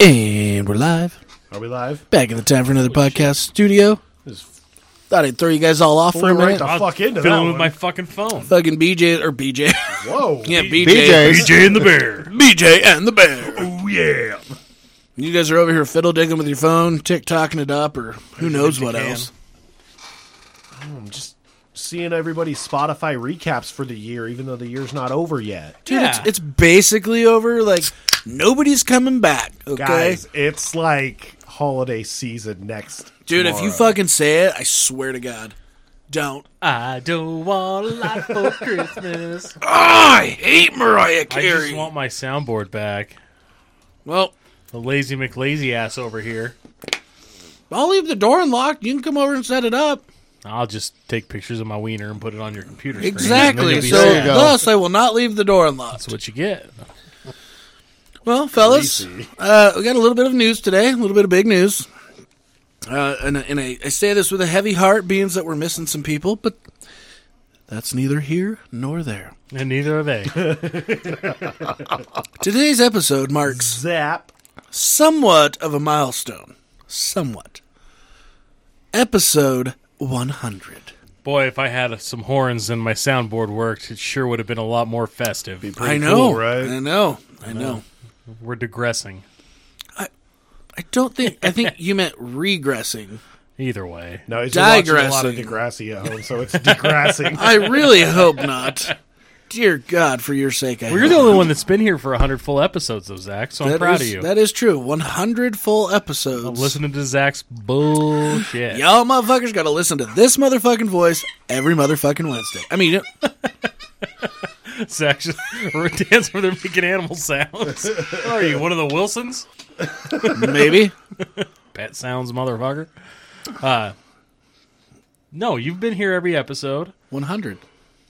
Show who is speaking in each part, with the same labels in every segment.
Speaker 1: And we're live.
Speaker 2: Are we live?
Speaker 1: Back in the time for another podcast studio.
Speaker 2: Just
Speaker 1: Thought I'd throw you guys all off for a
Speaker 2: flew right
Speaker 1: minute.
Speaker 2: the fuck into that
Speaker 3: Filling
Speaker 2: one.
Speaker 3: with my fucking phone.
Speaker 1: Fucking BJ or BJ.
Speaker 2: Whoa.
Speaker 1: yeah, BJ.
Speaker 4: BJ's.
Speaker 3: BJ and the Bear.
Speaker 1: BJ and the bear.
Speaker 2: Oh, yeah.
Speaker 1: You guys are over here fiddle digging with your phone, tick tocking it up, or who knows what
Speaker 3: can.
Speaker 1: else.
Speaker 2: I'm just seeing everybody's Spotify recaps for the year, even though the year's not over yet.
Speaker 1: Dude,
Speaker 3: Yeah.
Speaker 1: it's, it's basically over. Like, nobody's coming back, okay?
Speaker 2: Guys, it's like holiday season next.
Speaker 1: Dude, if you
Speaker 2: tomorrow.
Speaker 1: fucking say it, I swear to God. Don't.
Speaker 3: I don't want a lot for Christmas.
Speaker 1: I hate Mariah
Speaker 3: I just want my soundboard back.
Speaker 1: well,
Speaker 3: The lazy McLazy ass over here.
Speaker 1: I'll leave the door unlocked. You can come over and set it up.
Speaker 3: I'll just take pictures of my wiener and put it on your computer screen.
Speaker 1: Exactly.
Speaker 3: You'll be
Speaker 1: So,
Speaker 4: There you
Speaker 3: set.
Speaker 4: go.
Speaker 1: thus, I will not leave the door unlocked.
Speaker 3: that's what you get.
Speaker 1: Well, fellas, uh, we got a little bit of news today, a little bit of big news. Uh, and and I, I say this with a heavy heart, being that we're missing some people, but that's neither here nor there.
Speaker 3: And neither are they.
Speaker 1: Today's episode marks
Speaker 2: Zap.
Speaker 1: somewhat of a milestone. Somewhat. Episode 100.
Speaker 3: Boy, if I had some horns and my soundboard worked, it sure would have been a lot more festive.
Speaker 1: I know,
Speaker 2: cool, right?
Speaker 1: I know. I know.
Speaker 3: We're digressing.
Speaker 1: I don't think. I think you meant regressing.
Speaker 3: Either way.
Speaker 2: No, it's just watching a lot of
Speaker 1: Digressing.
Speaker 2: Degrassi at home, so it's degrassing.
Speaker 1: I really hope not. Dear God, for your sake, I
Speaker 3: Well,
Speaker 1: hope
Speaker 3: you're the only one that's been here for 100 full episodes, though, Zach, so I'm
Speaker 1: That
Speaker 3: proud
Speaker 1: is-
Speaker 3: of you.
Speaker 1: That is true. 100 full episodes.
Speaker 3: Listening to Zach's bullshit.
Speaker 1: Y'all motherfuckers got to listen to this motherfucking voice every motherfucking Wednesday. I mean,
Speaker 3: Zach just dance where they're making animal sounds. What Are you one of the Wilsons?
Speaker 1: maybe.
Speaker 3: Pet sounds, motherfucker. Uh, no, you've been here every episode,
Speaker 1: 100.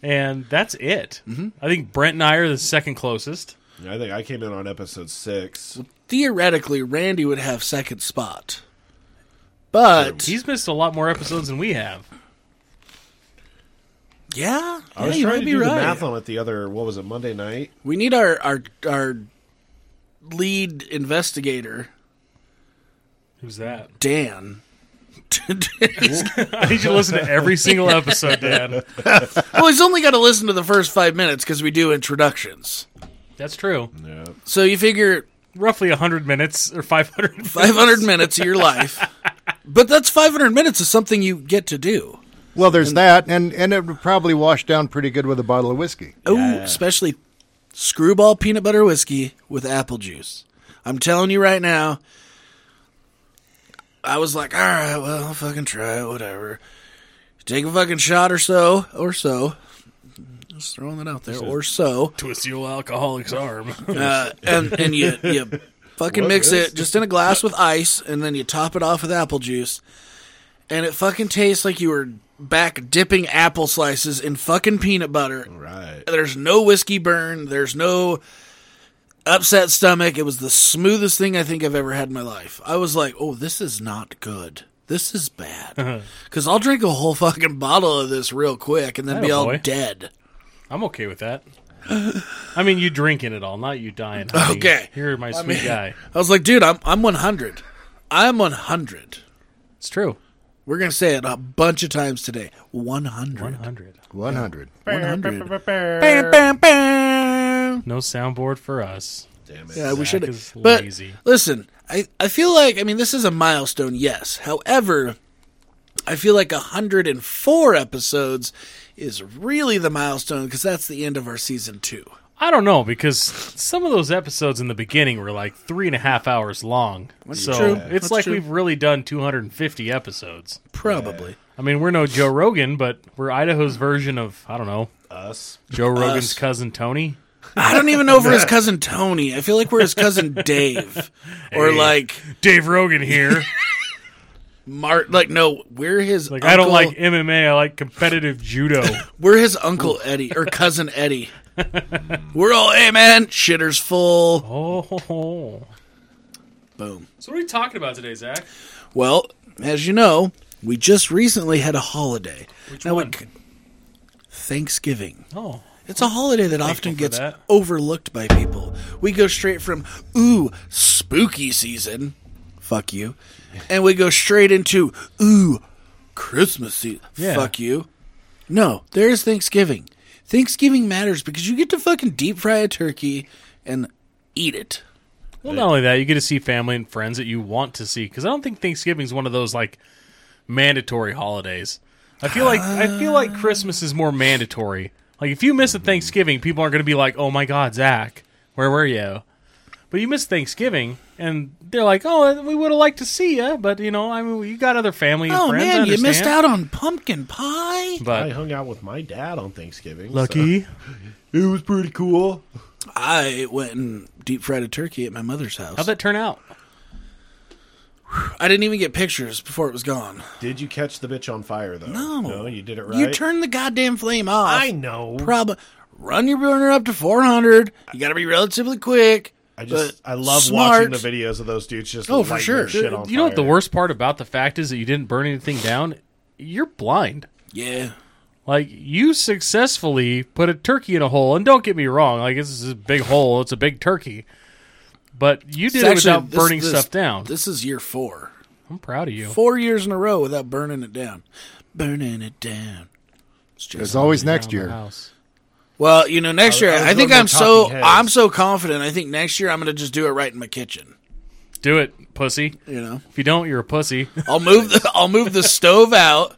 Speaker 3: and that's it. I think Brent and I are the second closest.
Speaker 2: I think I came in on episode six.
Speaker 1: Theoretically, Randy would have second spot. But,
Speaker 3: He's missed a lot more episodes than we have.
Speaker 1: yeah,
Speaker 2: I
Speaker 1: yeah,
Speaker 2: was
Speaker 1: you
Speaker 2: trying
Speaker 1: might
Speaker 2: to
Speaker 1: be
Speaker 2: do the
Speaker 1: right.
Speaker 2: math on it the other, what was it, Monday night?
Speaker 1: We need our, our, our lead investigator,
Speaker 3: Who's that?
Speaker 1: Dan. to-
Speaker 3: I need you to listen to every single episode, Dan.
Speaker 1: well, he's only got to listen to the first five minutes because we do introductions.
Speaker 3: That's true.
Speaker 2: Yeah.
Speaker 1: So you figure
Speaker 3: Roughly 100 minutes or 500.
Speaker 1: 500 minutes of your life. But that's 500 minutes of something you get to do.
Speaker 4: Well, there's that, and and it would probably wash down pretty good with a bottle of whiskey.
Speaker 1: Oh, especially screwball peanut butter whiskey with apple juice. I'm telling you right now, I was like, all right, well, I'll fucking try it, whatever. Take a fucking shot or so, or so. Just throwing that out there, or so.
Speaker 3: Twist your alcoholic's arm.
Speaker 1: Uh, and and you, you fucking
Speaker 2: What
Speaker 1: mix
Speaker 2: is-
Speaker 1: it just in a glass with ice, and then you top it off with apple juice. And it fucking tastes like you were back dipping apple slices in fucking peanut butter
Speaker 2: Right.
Speaker 1: there's no whiskey burn. There's no upset stomach. It was the smoothest thing I think I've ever had in my life. I was like, oh, this is not good. This is bad. Because I'll drink a whole fucking bottle of this real quick and then
Speaker 2: Oh,
Speaker 1: be all
Speaker 3: Attaboy.
Speaker 1: dead.
Speaker 3: I'm okay with that. I mean, you drinking it all, not you dying.
Speaker 1: Okay.
Speaker 3: You're my sweet guy.
Speaker 1: I was like, dude, I'm, I'm 100. I'm 100.
Speaker 3: It's true.
Speaker 1: We're going to say it a bunch of times today. 100.
Speaker 3: 100.
Speaker 4: One hundred.
Speaker 1: 100. Bam, bam, bam.
Speaker 3: No soundboard for us.
Speaker 2: Damn it.
Speaker 1: Yeah, we
Speaker 3: Zach
Speaker 1: should.
Speaker 3: is
Speaker 1: But
Speaker 3: lazy.
Speaker 1: listen, I, I feel like I mean this is a milestone, yes. However, I feel like 104 episodes is really the milestone because that's the end of our season two.
Speaker 3: I don't know because some of those episodes in the beginning were like three and a half hours long. so
Speaker 1: true.
Speaker 3: it's
Speaker 1: That's
Speaker 3: like
Speaker 1: true.
Speaker 3: we've really done 250 episodes.
Speaker 1: Probably.
Speaker 3: I mean, we're no Joe Rogan, but we're Idaho's version of I don't know
Speaker 2: Us.
Speaker 3: Joe Rogan's cousin Tony.
Speaker 1: I don't even know if we're his cousin Tony. I feel like we're his cousin Dave, or
Speaker 3: Hey.
Speaker 1: like
Speaker 3: Dave Rogan here.
Speaker 1: Mart. Like no, we're his.
Speaker 3: Like
Speaker 1: uncle,
Speaker 3: I don't like MMA. I like competitive judo.
Speaker 1: We're his uncle Eddie or cousin Eddie. we're all hey man, shitter's full.
Speaker 3: oh. ho, ho.
Speaker 1: Boom.
Speaker 3: So what are we talking about today, Zach?
Speaker 1: Well, as you know, we just recently had a holiday. Which
Speaker 3: one?
Speaker 1: Thanksgiving.
Speaker 3: Oh,
Speaker 1: It's a holiday that often
Speaker 3: for
Speaker 1: gets
Speaker 3: that.
Speaker 1: overlooked by people. We go straight from ooh spooky season, fuck you, and we go straight into ooh Christmas season,
Speaker 3: Yeah.
Speaker 1: fuck you. No, there is Thanksgiving. Thanksgiving matters because you get to fucking deep fry a turkey and eat it.
Speaker 3: Well, not only that, you get to see family and friends that you want to see because I don't think Thanksgiving's one of those like mandatory holidays. I feel like I feel like Christmas is more mandatory. Like if you
Speaker 1: Mm-hmm.
Speaker 3: miss a Thanksgiving, people aren't going to be like, "Oh my God, Zach, where were you?" But you miss Thanksgiving, and they're like, "Oh, we would have liked to see you, but you know, I mean, you got other family and
Speaker 1: Oh
Speaker 3: friends." I
Speaker 1: man, you missed
Speaker 3: understand."
Speaker 1: out on pumpkin pie.
Speaker 2: I
Speaker 3: But
Speaker 2: hung out with my dad on Thanksgiving.
Speaker 3: lucky,
Speaker 2: so it was pretty cool.
Speaker 1: I went and deep fried a turkey at my mother's house.
Speaker 3: how'd that turn out?
Speaker 1: I didn't even get pictures before it was gone.
Speaker 2: Did you catch the bitch on fire though?
Speaker 1: No.
Speaker 2: no, you did it right.
Speaker 1: You turn the goddamn flame off.
Speaker 2: I know.
Speaker 1: Prob- run your burner up to 400. You got to be relatively quick.
Speaker 2: I just
Speaker 1: but
Speaker 2: I love
Speaker 1: smart.
Speaker 2: watching the videos of those dudes just
Speaker 1: Oh, for
Speaker 2: lighting
Speaker 1: sure.
Speaker 2: their shit on
Speaker 3: you know what the
Speaker 2: fire.
Speaker 3: worst part about the fact is that you didn't burn anything down. You're blind.
Speaker 1: Yeah.
Speaker 3: Like you successfully put a turkey in a hole, and don't get me wrong, like this is a big hole, it's a big turkey. But you
Speaker 1: It's
Speaker 3: did it
Speaker 1: actually-
Speaker 3: without
Speaker 1: this-
Speaker 3: burning
Speaker 1: this-
Speaker 3: stuff down.
Speaker 1: This is year four.
Speaker 3: I'm proud of you.
Speaker 1: Four years in a row without burning it down. Burning it down. It's just-
Speaker 4: It's always next
Speaker 3: Around the
Speaker 4: year.
Speaker 3: house.
Speaker 1: well, you know, next year
Speaker 2: I was
Speaker 1: I think
Speaker 2: going by
Speaker 1: I'm so
Speaker 2: talking heads.
Speaker 1: I'm so confident. I think next year I'm going to just do it right in my kitchen.
Speaker 3: Do it, pussy.
Speaker 1: You know,
Speaker 3: If you don't, you're a pussy.
Speaker 1: I'll move the I'll move the stove out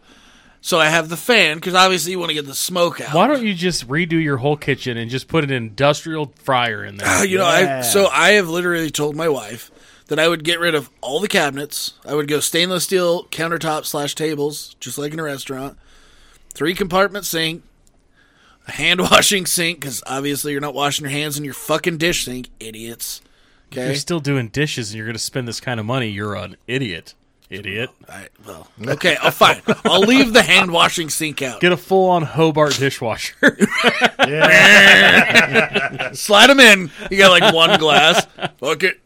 Speaker 1: so I have the fan because obviously you want to get the smoke out.
Speaker 3: Why don't you just redo your whole kitchen and just put an industrial fryer in
Speaker 1: Uh,
Speaker 3: there?
Speaker 1: you know, I
Speaker 2: Yeah.
Speaker 1: so I have literally told my wife that I would get rid of all the cabinets. I would go stainless steel countertop slash tables, just like in a restaurant. Three compartment sink, a hand washing sink because obviously you're not washing your hands in your fucking dish sink, idiots. Okay,
Speaker 3: You're still doing dishes, and you're going to spend this kind of money. You're an idiot, idiot.
Speaker 1: I, well, okay, I'll fine. I'll leave the hand washing sink out.
Speaker 3: Get a full-on Hobart dishwasher.
Speaker 2: Yeah.
Speaker 1: Slide them in. You got like one glass. Fuck it.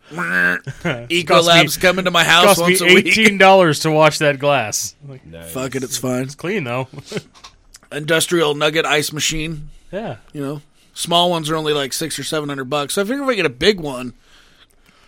Speaker 1: Ecolabs coming to my house
Speaker 3: Cost me
Speaker 1: once a week.
Speaker 3: eighteen dollars to wash that glass. Like,
Speaker 1: Fuck it, it's fine.
Speaker 3: clean though.
Speaker 1: industrial nugget ice machine.
Speaker 3: yeah.
Speaker 1: You know, small ones are only like six or seven hundred bucks. So I figure if I get a big one,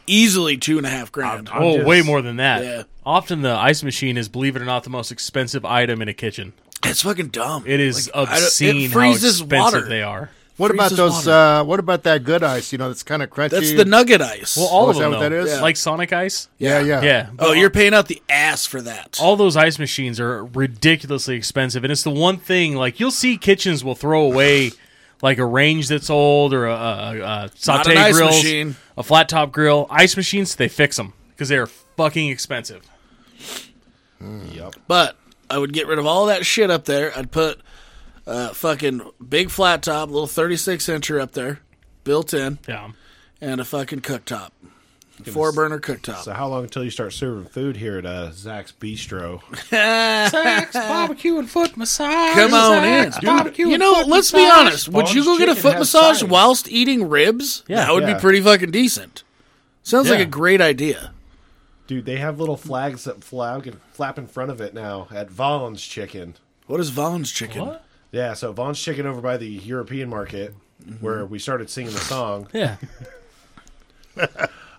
Speaker 1: easily two and a half grand.
Speaker 2: I'm-
Speaker 3: Oh,
Speaker 2: just-
Speaker 3: way more than that.
Speaker 1: Yeah.
Speaker 3: Often the ice machine is, believe it or not, the most expensive item in a kitchen.
Speaker 1: it's fucking dumb.
Speaker 3: It is
Speaker 1: Like, I don't-
Speaker 3: obscene
Speaker 1: It freezes
Speaker 3: how expensive
Speaker 1: water.
Speaker 3: they are.
Speaker 4: What about
Speaker 1: freezes
Speaker 4: those?
Speaker 1: water.
Speaker 4: Uh, what about that good ice? You know, that's kind of crunchy.
Speaker 1: That's the nugget ice.
Speaker 3: Well, all
Speaker 4: Oh,
Speaker 3: of
Speaker 4: is
Speaker 3: them
Speaker 4: that what
Speaker 3: though.
Speaker 4: that is? Yeah.
Speaker 3: like Sonic Ice.
Speaker 4: yeah, yeah,
Speaker 3: Yeah.
Speaker 1: oh, you're paying out the ass for that.
Speaker 3: all those ice machines are ridiculously expensive, and it's the one thing like you'll see kitchens will throw away like a range that's old or a, a, a
Speaker 1: Not
Speaker 3: saute
Speaker 1: an ice
Speaker 3: grill,
Speaker 1: machine.
Speaker 3: a flat top grill. Ice machines, they fix them because they are fucking expensive.
Speaker 2: yep.
Speaker 1: But I would get rid of all that shit up there. I'd put uh, fucking big flat top, little thirty six incher up there, built in,
Speaker 3: Yeah.
Speaker 1: and a fucking cooktop, four burner cooktop.
Speaker 2: So how long until you start serving food here at uh, Zach's Bistro?
Speaker 3: Sex, barbecue, and foot massage.
Speaker 1: Come on in.
Speaker 3: Sex, barbecue
Speaker 1: you
Speaker 3: and
Speaker 1: know,
Speaker 3: foot
Speaker 1: let's be
Speaker 3: massage.
Speaker 1: honest. Would
Speaker 2: Bob's
Speaker 1: you go get a
Speaker 2: Chicken
Speaker 1: foot
Speaker 2: has
Speaker 1: massage
Speaker 2: sides.
Speaker 1: whilst eating ribs?
Speaker 3: Yeah.
Speaker 1: that would
Speaker 2: Yeah.
Speaker 1: be pretty fucking decent. Sounds like
Speaker 2: Yeah.
Speaker 1: a great idea.
Speaker 2: Dude, they have little flags that flag and flap in front of it now at Vaughn's Chicken.
Speaker 1: What is Vaughn's chicken?
Speaker 3: What?
Speaker 2: Yeah, so Vaughn's Chicken over by the European market
Speaker 3: Mm-hmm.
Speaker 2: where we started singing the song.
Speaker 3: Yeah.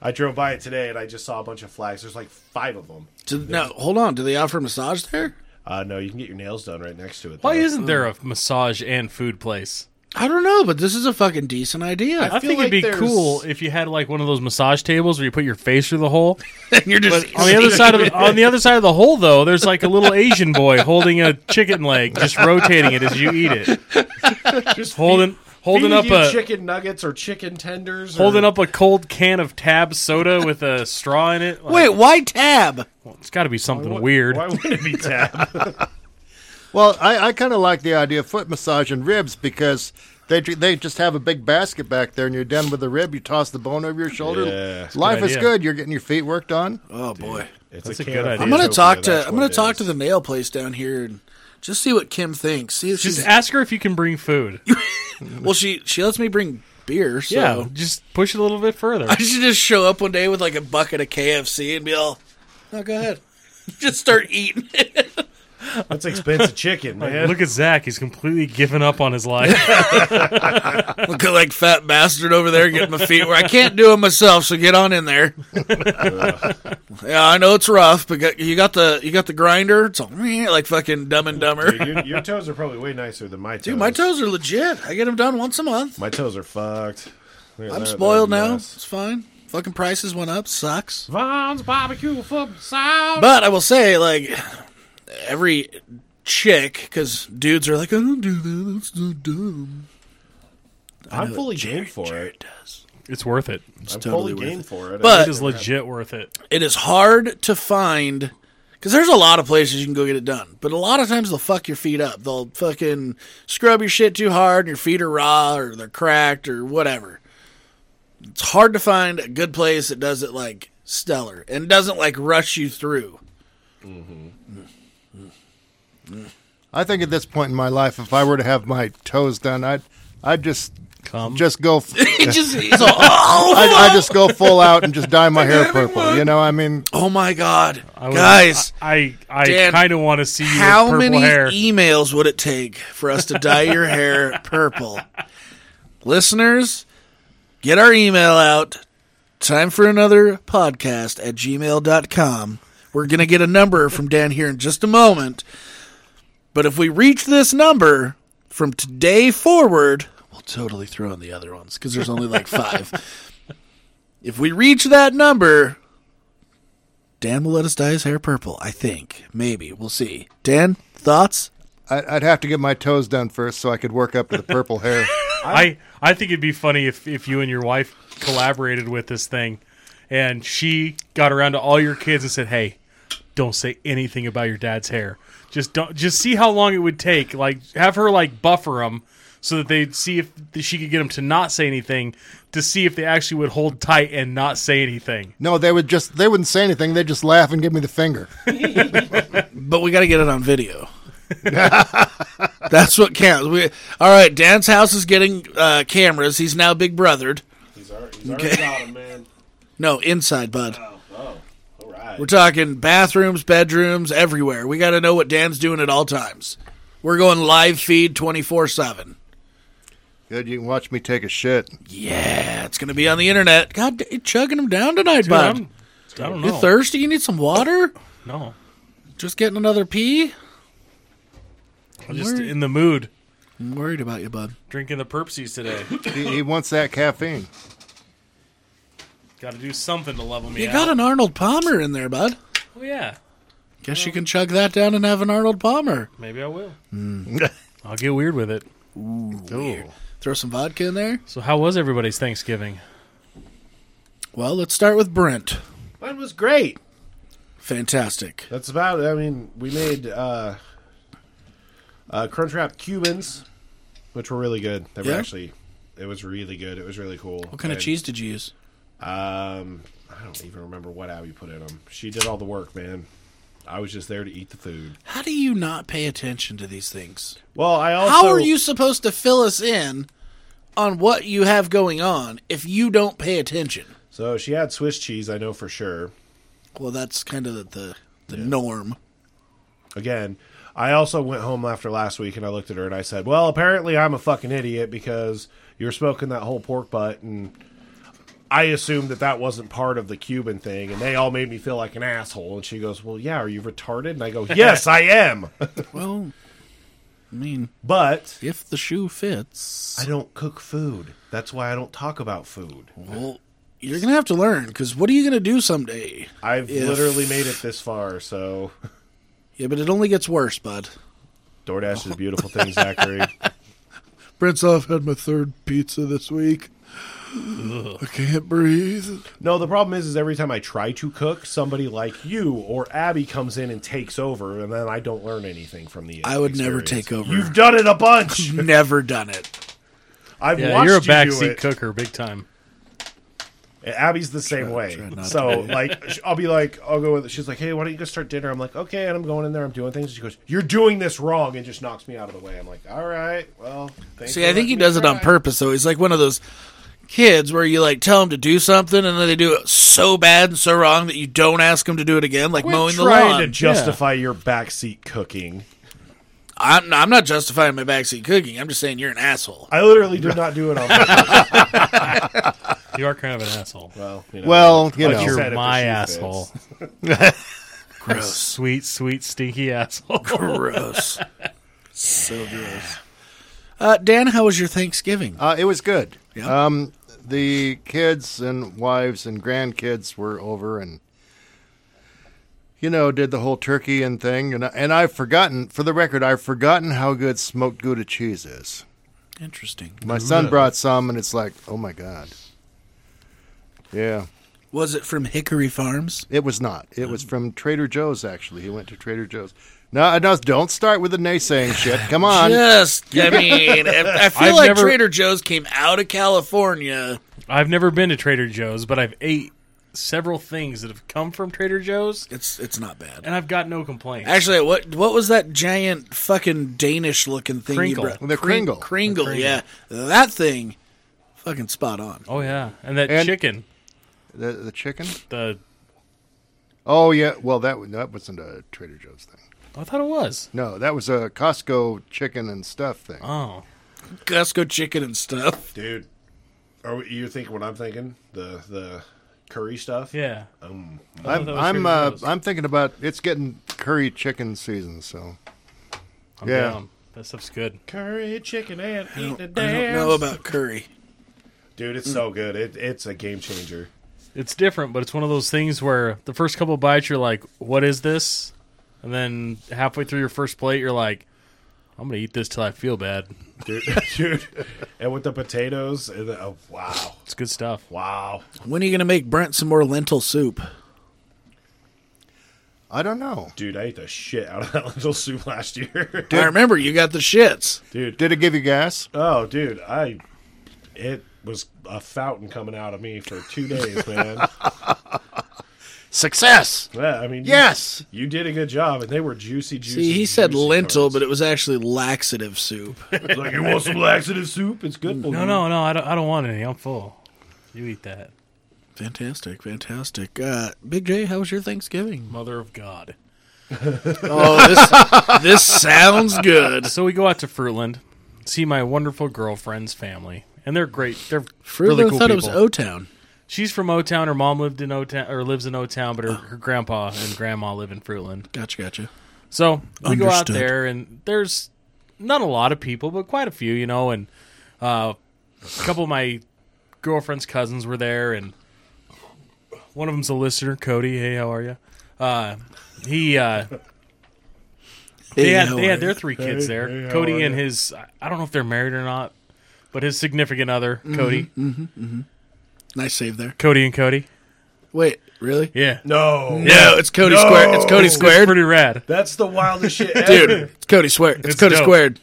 Speaker 2: I drove by it today and I just saw a bunch of flags. There's like five of them.
Speaker 1: Do, no, hold on. Do they offer massage there?
Speaker 2: Uh, no, you can get your nails done right next to it.
Speaker 3: Why
Speaker 2: though.
Speaker 3: isn't there
Speaker 2: Mm.
Speaker 3: a massage and food place?
Speaker 1: I don't know, but this is a fucking decent idea.
Speaker 2: feel
Speaker 3: I, think
Speaker 2: like
Speaker 3: it'd be
Speaker 2: there's-
Speaker 3: cool if you had like one of those massage tables where you put your face through the hole.
Speaker 1: And you're just
Speaker 3: On the other side of the, on the other side of the hole, though, there's like a little Asian boy holding a chicken leg, just rotating it as you eat it,
Speaker 2: Just
Speaker 3: holding holding
Speaker 2: feeding
Speaker 3: up
Speaker 2: you
Speaker 3: a
Speaker 2: chicken nuggets or chicken tenders.
Speaker 3: holding
Speaker 2: or,
Speaker 3: up a cold can of Tab soda with a straw in it. Like,
Speaker 1: Wait, why tab?
Speaker 3: it's got to be something weird.
Speaker 2: Why wouldn't it be tab?
Speaker 4: Well, I, I kind of like the idea of foot massage and ribs because they ju- they just have a big basket back there, and you're done with the rib. You toss the bone over your shoulder.
Speaker 2: Yeah, it's a
Speaker 4: Life
Speaker 3: good
Speaker 4: is
Speaker 3: idea.
Speaker 4: good. You're getting your feet worked on.
Speaker 1: Oh boy,
Speaker 2: It's
Speaker 3: That's a
Speaker 2: can
Speaker 3: good
Speaker 2: of
Speaker 3: idea.
Speaker 1: I'm
Speaker 2: fish
Speaker 1: gonna
Speaker 2: opener,
Speaker 1: talk to
Speaker 2: that's
Speaker 1: I'm
Speaker 2: what
Speaker 1: gonna
Speaker 2: it
Speaker 1: talk
Speaker 2: is.
Speaker 1: to the nail place down here and just see what Kim thinks. See if
Speaker 3: Just
Speaker 1: she's
Speaker 3: ask her if you can bring food.
Speaker 1: well. She she lets me bring beer. So.
Speaker 3: Yeah, just push it a little bit further.
Speaker 1: I should just show up one day with like a bucket of KFC and be all, "No, go ahead." just start eating it.
Speaker 2: That's expensive chicken, man.
Speaker 3: Look at Zach. He's completely given up on his life.
Speaker 1: Look at like fat bastard over there getting my feet where I can't do it myself. So get on in there. yeah, I know it's rough, but got- you got the you got the grinder. It's all meh, like fucking Dumb and Dumber.
Speaker 2: Dude, your, your toes are probably way nicer than my toes.
Speaker 1: Dude, my toes are legit. I get them done once a month.
Speaker 2: My toes are fucked. They're- they're-
Speaker 1: I'm spoiled
Speaker 2: they're a
Speaker 1: now.
Speaker 2: mess.
Speaker 1: It's fine. Fucking prices went up. Sucks.
Speaker 3: Vaughn's barbecue from South.
Speaker 1: But I will say, like, every chick, because dudes are like, I don't do that. That's so dumb.
Speaker 2: I'm fully game for
Speaker 1: Jared
Speaker 2: it.
Speaker 1: does.
Speaker 3: It's worth it.
Speaker 2: I'm
Speaker 1: totally worth
Speaker 2: fully game
Speaker 1: it.
Speaker 2: for it.
Speaker 1: But-
Speaker 3: It is legit worth it.
Speaker 1: It is hard to find, because there's a lot of places you can go get it done. But a lot of times they'll fuck your feet up. They'll fucking scrub your shit too hard and your feet are raw or they're cracked or whatever. It's hard to find a good place that does it like stellar and doesn't like rush you through.
Speaker 4: I think at this point in my life, if I were to have my toes done, I'd I'd just
Speaker 3: Come.
Speaker 4: just go. f-
Speaker 1: It just, it's all, oh,
Speaker 4: I'd, I'd just go full out and just dye my hair purple. You know, I mean,
Speaker 1: oh my God.
Speaker 3: I would-
Speaker 1: Guys.
Speaker 3: I I,
Speaker 1: Dan,
Speaker 3: kind of want to see you
Speaker 1: How
Speaker 3: with purple
Speaker 1: many
Speaker 3: hair.
Speaker 1: emails would it take for us to dye your hair purple? Listeners, get our email out. Time for another podcast at gmail.com. We're going to get a number from Dan here in just a moment. But if we reach this number from today forward, we'll totally throw in the other ones because there's only like five. If we reach that number, Dan will let us dye his hair purple, I think. Maybe. We'll see. Dan, thoughts?
Speaker 4: I, I'd have to get my toes done first so I could work up to the purple hair.
Speaker 3: I I think it'd be funny if if you and your wife collaborated with this thing, and she got around to all your kids and said, "Hey, don't say anything about your dad's hair. Just don't. Just see how long it would take. Like have her like buffer them." So that they'd see if she could get them to not say anything, to see if they actually would hold tight and not say anything.
Speaker 4: No, they would just they wouldn't say anything. They'd just laugh and give me the finger.
Speaker 1: But we got to get it on video. That's what counts. We, all right, Dan's house is getting uh, cameras. He's now big brothered.
Speaker 2: he's already, he's already got 'em, man.
Speaker 1: No, inside, bud.
Speaker 2: All right.
Speaker 1: We're talking bathrooms, bedrooms, everywhere. We got to know what Dan's doing at all times. We're going live feed 24 7.
Speaker 4: Good, you can watch me take a shit.
Speaker 1: Yeah, it's going to be on the internet. God, da- you're chugging them down tonight,
Speaker 3: Dude,
Speaker 1: bud.
Speaker 3: I'm, I don't
Speaker 1: you
Speaker 3: know.
Speaker 1: thirsty? You need some water?
Speaker 3: No,
Speaker 1: Just getting another pee?
Speaker 3: I'm just in the mood
Speaker 1: I'm worried about you, bud.
Speaker 3: drinking the Perpsies today.
Speaker 4: He, he wants that caffeine.
Speaker 3: got to do something to level me
Speaker 1: You
Speaker 3: out.
Speaker 1: got an Arnold Palmer in there, bud.
Speaker 3: Oh yeah,
Speaker 1: Guess you can chug that down and have an Arnold Palmer.
Speaker 3: maybe I will. Mm. I'll get weird with it.
Speaker 4: Ooh.
Speaker 1: Throw some vodka in there.
Speaker 3: So, how was everybody's Thanksgiving?
Speaker 1: Well, let's start with Brent.
Speaker 2: Mine was great.
Speaker 1: Fantastic.
Speaker 2: That's about it. I mean, we made uh, uh, Crunchwrap Cubans, which were really good. They were
Speaker 1: Yeah?
Speaker 2: actually, it was really good. It was really cool.
Speaker 1: What kind of cheese did you use?
Speaker 2: Um, I don't even remember what Abby put in them. She did all the work, man. I was just there to eat the food.
Speaker 1: How do you not pay attention to these things?
Speaker 2: Well, I also
Speaker 1: How are you supposed to fill us in on what you have going on if you don't pay attention?
Speaker 2: So she had Swiss cheese, I know for sure.
Speaker 1: Well, that's kind of the the norm.
Speaker 2: Again, I also went home after last week and I looked at her and I said, "Well, apparently I'm a fucking idiot because you were smoking that whole pork butt and." I assumed that that wasn't part of the Cuban thing, and they all made me feel like an asshole. And she goes, "Well, yeah, are you retarded?" And I go, "Yes, I am."
Speaker 1: Well, I mean,
Speaker 2: But
Speaker 1: if the shoe fits.
Speaker 2: I don't cook food. That's why I don't talk about food.
Speaker 1: Well, you're gonna have to learn because what are you gonna do someday?
Speaker 2: I've
Speaker 1: If-
Speaker 2: literally made it this far, so
Speaker 1: Yeah, but it only gets worse, bud.
Speaker 2: DoorDash is a beautiful thing, Zachary.
Speaker 1: Brent's off had my third pizza this week. I can't breathe.
Speaker 2: No, the problem is, is every time I try to cook, somebody like you or Abby comes in and takes over, and then I don't learn anything from the.
Speaker 1: I would never
Speaker 2: experience.
Speaker 1: take over.
Speaker 2: You've done it a bunch.
Speaker 1: Never done it.
Speaker 2: I've
Speaker 3: Yeah,
Speaker 2: watched
Speaker 3: you're a
Speaker 2: you do
Speaker 3: backseat
Speaker 2: it.
Speaker 3: cooker, big time.
Speaker 2: Abby's the same way.
Speaker 1: try not
Speaker 2: so like, sh- I'll be like, I'll go with. She's like, hey, why don't you go start dinner? I'm like, okay, and I'm going in there. I'm doing things. She goes, you're doing this wrong, and just knocks me out of the way. I'm like, all right, well. thanks
Speaker 1: See,
Speaker 2: for
Speaker 1: I think
Speaker 2: letting
Speaker 1: he
Speaker 2: me
Speaker 1: does it on
Speaker 2: try."
Speaker 1: purpose. Though he's like one of those kids where you like tell them to do something and then they do it so bad and so wrong that you don't ask them to do it again, like mowing the
Speaker 2: trying
Speaker 1: lawn.
Speaker 2: to justify your backseat cooking.
Speaker 1: I'm, I'm not justifying my backseat cooking. I'm just saying you're an asshole.
Speaker 2: I literally did not do it on purpose.
Speaker 3: You are kind of an asshole.
Speaker 2: well, you know,
Speaker 4: Well, you
Speaker 2: Like
Speaker 4: know,
Speaker 2: your- said
Speaker 3: You're
Speaker 2: it, but
Speaker 3: my
Speaker 2: she
Speaker 3: asshole.
Speaker 1: Gross.
Speaker 3: Sweet, sweet, stinky asshole.
Speaker 1: gross. so gross. Uh, Dan, how was your Thanksgiving?
Speaker 4: uh, it was good.
Speaker 1: Yeah.
Speaker 4: Um, the kids and wives and grandkids were over and. You know, did the whole turkey and thing, and I- and I've forgotten. For the record, I've forgotten how good smoked Gouda cheese is.
Speaker 1: Interesting.
Speaker 4: My son brought some, and it's like, oh my god. Yeah,
Speaker 1: Was it from Hickory Farms?
Speaker 4: it was not. It was from Trader Joe's. Actually, he went to Trader Joe's. No, uh, no, don't start with the naysaying shit. Come on.
Speaker 1: Just, I mean, I I feel
Speaker 3: I've
Speaker 1: like
Speaker 3: never-
Speaker 1: Trader Joe's came out of California.
Speaker 3: I've never been to Trader Joe's, but I've ate several things that have come from Trader Joe's,
Speaker 1: It's it's not bad.
Speaker 3: and I've got no complaints.
Speaker 1: Actually, what what was that giant fucking Danish looking thing
Speaker 3: Kringle.
Speaker 1: you brought?
Speaker 4: The
Speaker 1: Kring-
Speaker 4: Kringle.
Speaker 1: Kringle, yeah. That thing, fucking spot on.
Speaker 3: oh yeah, and that
Speaker 4: And-
Speaker 3: chicken,
Speaker 4: The, the chicken?
Speaker 3: the
Speaker 4: Oh yeah. Well, that wa- that wasn't a Trader Joe's thing.
Speaker 3: I thought it was.
Speaker 4: No, that was a Costco chicken and stuff thing.
Speaker 3: Oh,
Speaker 1: Costco chicken and stuff.
Speaker 2: dude. Are we- you thinking what I'm thinking? The the curry stuff.
Speaker 3: yeah.
Speaker 4: I'm
Speaker 3: that was
Speaker 4: I'm
Speaker 3: Trader
Speaker 4: uh,
Speaker 3: Joe's.
Speaker 4: I'm thinking about it's getting curry chicken season, so
Speaker 3: I'm
Speaker 4: yeah.
Speaker 3: down. That stuff's good.
Speaker 2: Curry, chicken, and
Speaker 1: I don't,
Speaker 2: eat the
Speaker 1: I don't
Speaker 2: dance.
Speaker 1: know about Mm. curry.
Speaker 2: Dude, it's so good. It, it's a game changer.
Speaker 3: It's different, but it's one of those things where the first couple bites you're like, "What is this?" And then halfway through your first plate, you're like, "I'm gonna eat this till I feel bad."
Speaker 2: Dude, dude. And with the potatoes, and the, oh, wow.
Speaker 3: It's good stuff.
Speaker 2: Wow.
Speaker 1: When are you going to make Brent some more lentil soup?
Speaker 4: I don't know.
Speaker 2: Dude, I ate the shit out of that lentil soup last year.
Speaker 1: I remember you got the shits.
Speaker 2: Dude,
Speaker 4: Did it give you gas?
Speaker 2: Oh, dude, I it was a fountain coming out of me for two days, man.
Speaker 4: Success.
Speaker 2: yeah, I mean, you-
Speaker 4: Yes.
Speaker 2: you, did a good job, and they were juicy, juicy.
Speaker 1: See, he said
Speaker 2: juicy
Speaker 1: lentil,
Speaker 2: tarts.
Speaker 1: but it was actually laxative soup.
Speaker 2: It's like you want some laxative soup. It's good. for
Speaker 3: No,
Speaker 2: you."
Speaker 3: no, no. I don't. I don't want any. I'm full. You eat that,
Speaker 1: fantastic, fantastic. Uh, Big J, how was your Thanksgiving?
Speaker 3: mother of God.
Speaker 1: Oh, this this sounds good.
Speaker 3: So we go out to Fruitland, see my wonderful girlfriend's family, and they're great. They're
Speaker 1: Fruit
Speaker 3: really
Speaker 1: I
Speaker 3: cool
Speaker 1: thought
Speaker 3: people.
Speaker 1: it was O Town.
Speaker 3: She's from O Town. Her mom lived in O Town, or lives in O Town, but her, her grandpa and grandma live in Fruitland.
Speaker 1: Gotcha, gotcha.
Speaker 3: So we go out
Speaker 1: Understood.
Speaker 3: there, and there's not a lot of people, but quite a few, you know. And uh, a couple of my girlfriend's cousins were there, and one of them's a listener, Cody. Hey, how are you? Uh, he uh, they had
Speaker 1: how
Speaker 3: they
Speaker 1: are
Speaker 3: had their
Speaker 1: you?
Speaker 3: three kids there.
Speaker 2: hey, how
Speaker 3: Cody
Speaker 2: are
Speaker 3: and his I don't know if they're married or not, but his significant other,
Speaker 2: Mm-hmm.
Speaker 3: Cody,
Speaker 1: nice save there.
Speaker 3: Cody and Cody.
Speaker 1: Wait, really?
Speaker 3: Yeah,
Speaker 2: no,
Speaker 1: No, it's Cody
Speaker 2: No.
Speaker 1: Square. It's Cody
Speaker 2: It's
Speaker 3: That's
Speaker 1: Squared,
Speaker 3: pretty rad.
Speaker 2: That's the wildest shit,
Speaker 1: dude.
Speaker 2: ever.
Speaker 1: It's Cody Square. It's,
Speaker 3: It's
Speaker 1: Cody
Speaker 3: dope.
Speaker 1: Squared.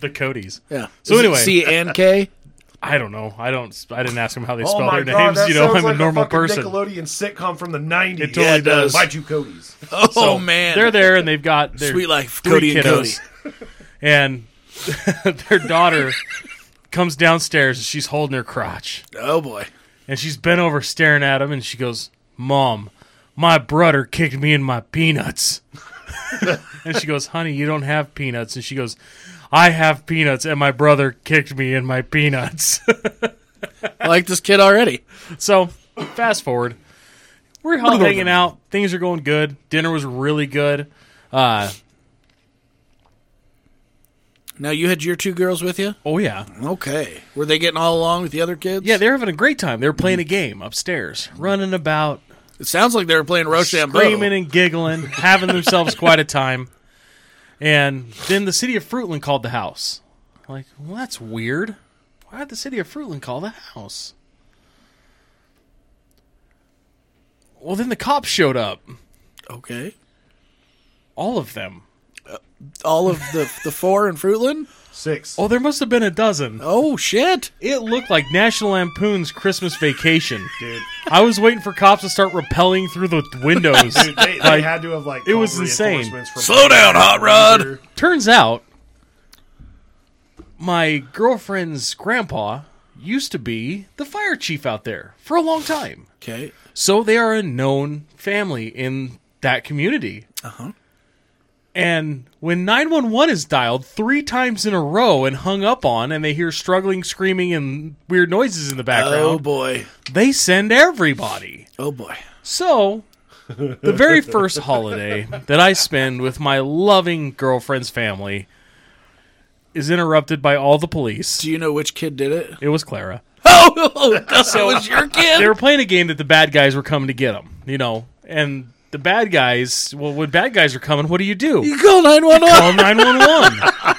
Speaker 3: The Codys.
Speaker 1: Yeah.
Speaker 3: So
Speaker 1: Is it
Speaker 3: anyway-
Speaker 1: C and K.
Speaker 3: I don't know. I don't. I didn't ask them how they
Speaker 2: Oh
Speaker 3: spell
Speaker 2: my
Speaker 3: their
Speaker 2: god,
Speaker 3: names.
Speaker 2: that
Speaker 3: You know,
Speaker 2: sounds
Speaker 3: I'm
Speaker 2: like
Speaker 3: a normal
Speaker 2: fucking
Speaker 3: person.
Speaker 2: Nickelodeon sitcom from the '90s.
Speaker 3: It totally Yeah, it does. does.
Speaker 2: My two Cody's.
Speaker 1: Oh
Speaker 3: So
Speaker 1: man,
Speaker 3: they're there and they've got their
Speaker 1: Sweet Life,
Speaker 3: three
Speaker 1: Cody and
Speaker 3: kiddos. and their daughter comes downstairs and she's holding her crotch
Speaker 1: Oh boy,
Speaker 3: and she's bent over staring at him and she goes, "Mom, my brother kicked me in my peanuts." and she goes, "Honey, you don't have peanuts." And she goes, "I have peanuts and my brother kicked me in my peanuts."
Speaker 1: I like this kid already.
Speaker 3: So, fast forward. We're all hanging out. Things are going good. Dinner was really good. Uh,
Speaker 1: Now you had your two girls with you.
Speaker 3: oh, yeah.
Speaker 1: Okay, were they getting all along with the other kids?
Speaker 3: Yeah, they were having a great time. They were playing a game upstairs, running about,
Speaker 1: it sounds like they were playing Rochambeau.
Speaker 3: screaming and giggling, having themselves quite a time. And then the city of Fruitland called the house. Like, well, that's weird. Why did the city of Fruitland call the house? Well, then the cops showed up.
Speaker 1: Okay.
Speaker 3: All of them.
Speaker 1: all of the the four in Fruitland?
Speaker 2: Six.
Speaker 3: Oh, there must have been a dozen.
Speaker 1: Oh shit!
Speaker 3: It looked like National Lampoon's Christmas Vacation.
Speaker 2: Dude,
Speaker 3: I was waiting for cops to start rappelling through the windows.
Speaker 2: dude they, they
Speaker 3: Like,
Speaker 2: had to have like
Speaker 3: it was
Speaker 2: called
Speaker 3: insane.
Speaker 2: reinforcements from-
Speaker 1: Slow down, Hot Rod.
Speaker 3: Turns out, my girlfriend's grandpa used to be the fire chief out there for a long time.
Speaker 1: Okay.
Speaker 3: So they are a known family in that community. Uh huh. And when 911 is dialed three times in a row and hung up on, and they hear struggling, screaming, and weird noises in the
Speaker 1: Oh
Speaker 3: background,
Speaker 1: boy.
Speaker 3: they send everybody.
Speaker 1: Oh boy.
Speaker 3: So, the very first holiday that I spend with my loving girlfriend's family is interrupted by all the police.
Speaker 1: Do you know which kid did it?
Speaker 3: It was Clara.
Speaker 1: Oh, that was your
Speaker 3: They
Speaker 1: kid.
Speaker 3: were playing a game that the bad guys were coming to get them, you know, and the bad guys, well, when bad guys are coming, what do you do?
Speaker 1: You call nine one one.
Speaker 3: Call 911.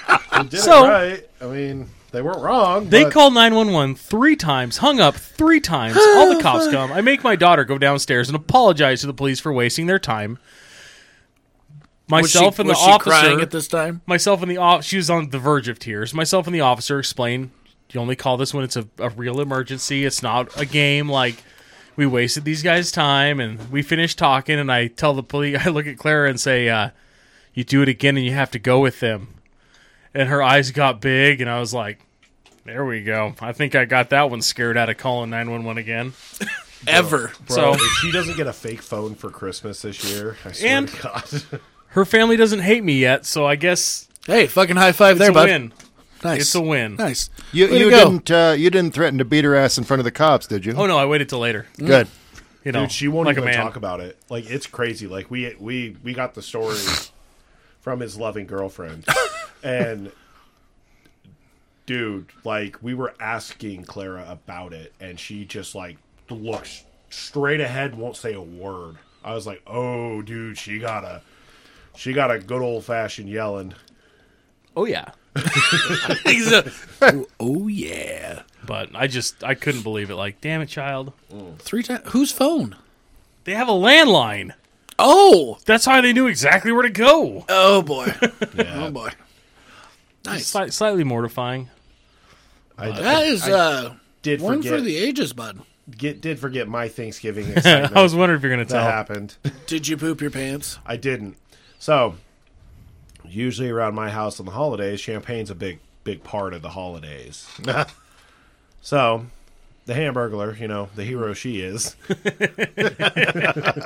Speaker 2: They did
Speaker 3: So-
Speaker 2: it right. I mean, they weren't wrong.
Speaker 3: They
Speaker 2: but
Speaker 3: call 911 three times, hung up three times. All the cops come. I make my daughter go downstairs and apologize to the police for wasting their time.
Speaker 1: Was she,
Speaker 3: Myself and the
Speaker 1: was she
Speaker 3: officer
Speaker 1: crying at this time?
Speaker 3: myself and the off she was on the verge of tears myself and the officer explained you only call this when it's a, a real emergency it's not a game like we wasted these guys time and we finished talking and i tell the police i look at clara and say uh, you do it again and you have to go with them and her eyes got big and i was like there we go i think i got that one scared out of calling 911 again
Speaker 1: Ever.
Speaker 2: bro,
Speaker 3: so-
Speaker 2: if she doesn't get a fake phone for Christmas this year, I swear
Speaker 3: And-
Speaker 2: to God.
Speaker 3: her family doesn't hate me yet so i guess
Speaker 1: Hey, fucking high five there,
Speaker 3: it's a
Speaker 1: bud.
Speaker 3: win
Speaker 1: Nice.
Speaker 3: it's a win
Speaker 1: Nice.
Speaker 4: You,
Speaker 1: Way to
Speaker 4: you
Speaker 1: go.
Speaker 4: didn't uh, you didn't threaten to beat her ass in front of the cops, did you?
Speaker 3: oh no i waited till later
Speaker 4: Good.
Speaker 3: you know
Speaker 2: Dude, she won't
Speaker 3: like a
Speaker 2: even
Speaker 3: man
Speaker 2: talk about it. Like it's crazy. Like we we we got the story from his loving girlfriend, and dude, like we were asking Clara about it, and she just like looks straight ahead, won't say a word. I was like, oh, dude, she got a she got a good old fashioned yelling.
Speaker 3: oh yeah
Speaker 1: He's a- oh yeah.
Speaker 3: but I just I couldn't believe it. Like, damn it, child!
Speaker 1: Three times. Whose phone?
Speaker 3: They have a landline.
Speaker 1: Oh.
Speaker 3: That's how they knew exactly where to go.
Speaker 1: Oh boy. Oh boy. Nice.
Speaker 3: Sli- slightly mortifying.
Speaker 2: I
Speaker 1: That is uh,
Speaker 2: did
Speaker 1: one
Speaker 2: forget
Speaker 1: for the ages, bud.
Speaker 2: get, did forget my Thanksgiving
Speaker 3: I was
Speaker 2: excitement
Speaker 3: wondering if you're gonna
Speaker 2: that
Speaker 3: tell.
Speaker 2: happened.
Speaker 1: Did you poop your pants?
Speaker 2: I didn't. So, usually around my house on the holidays, champagne's a big, big part of the holidays. so, the Hamburglar, you know, the hero she is,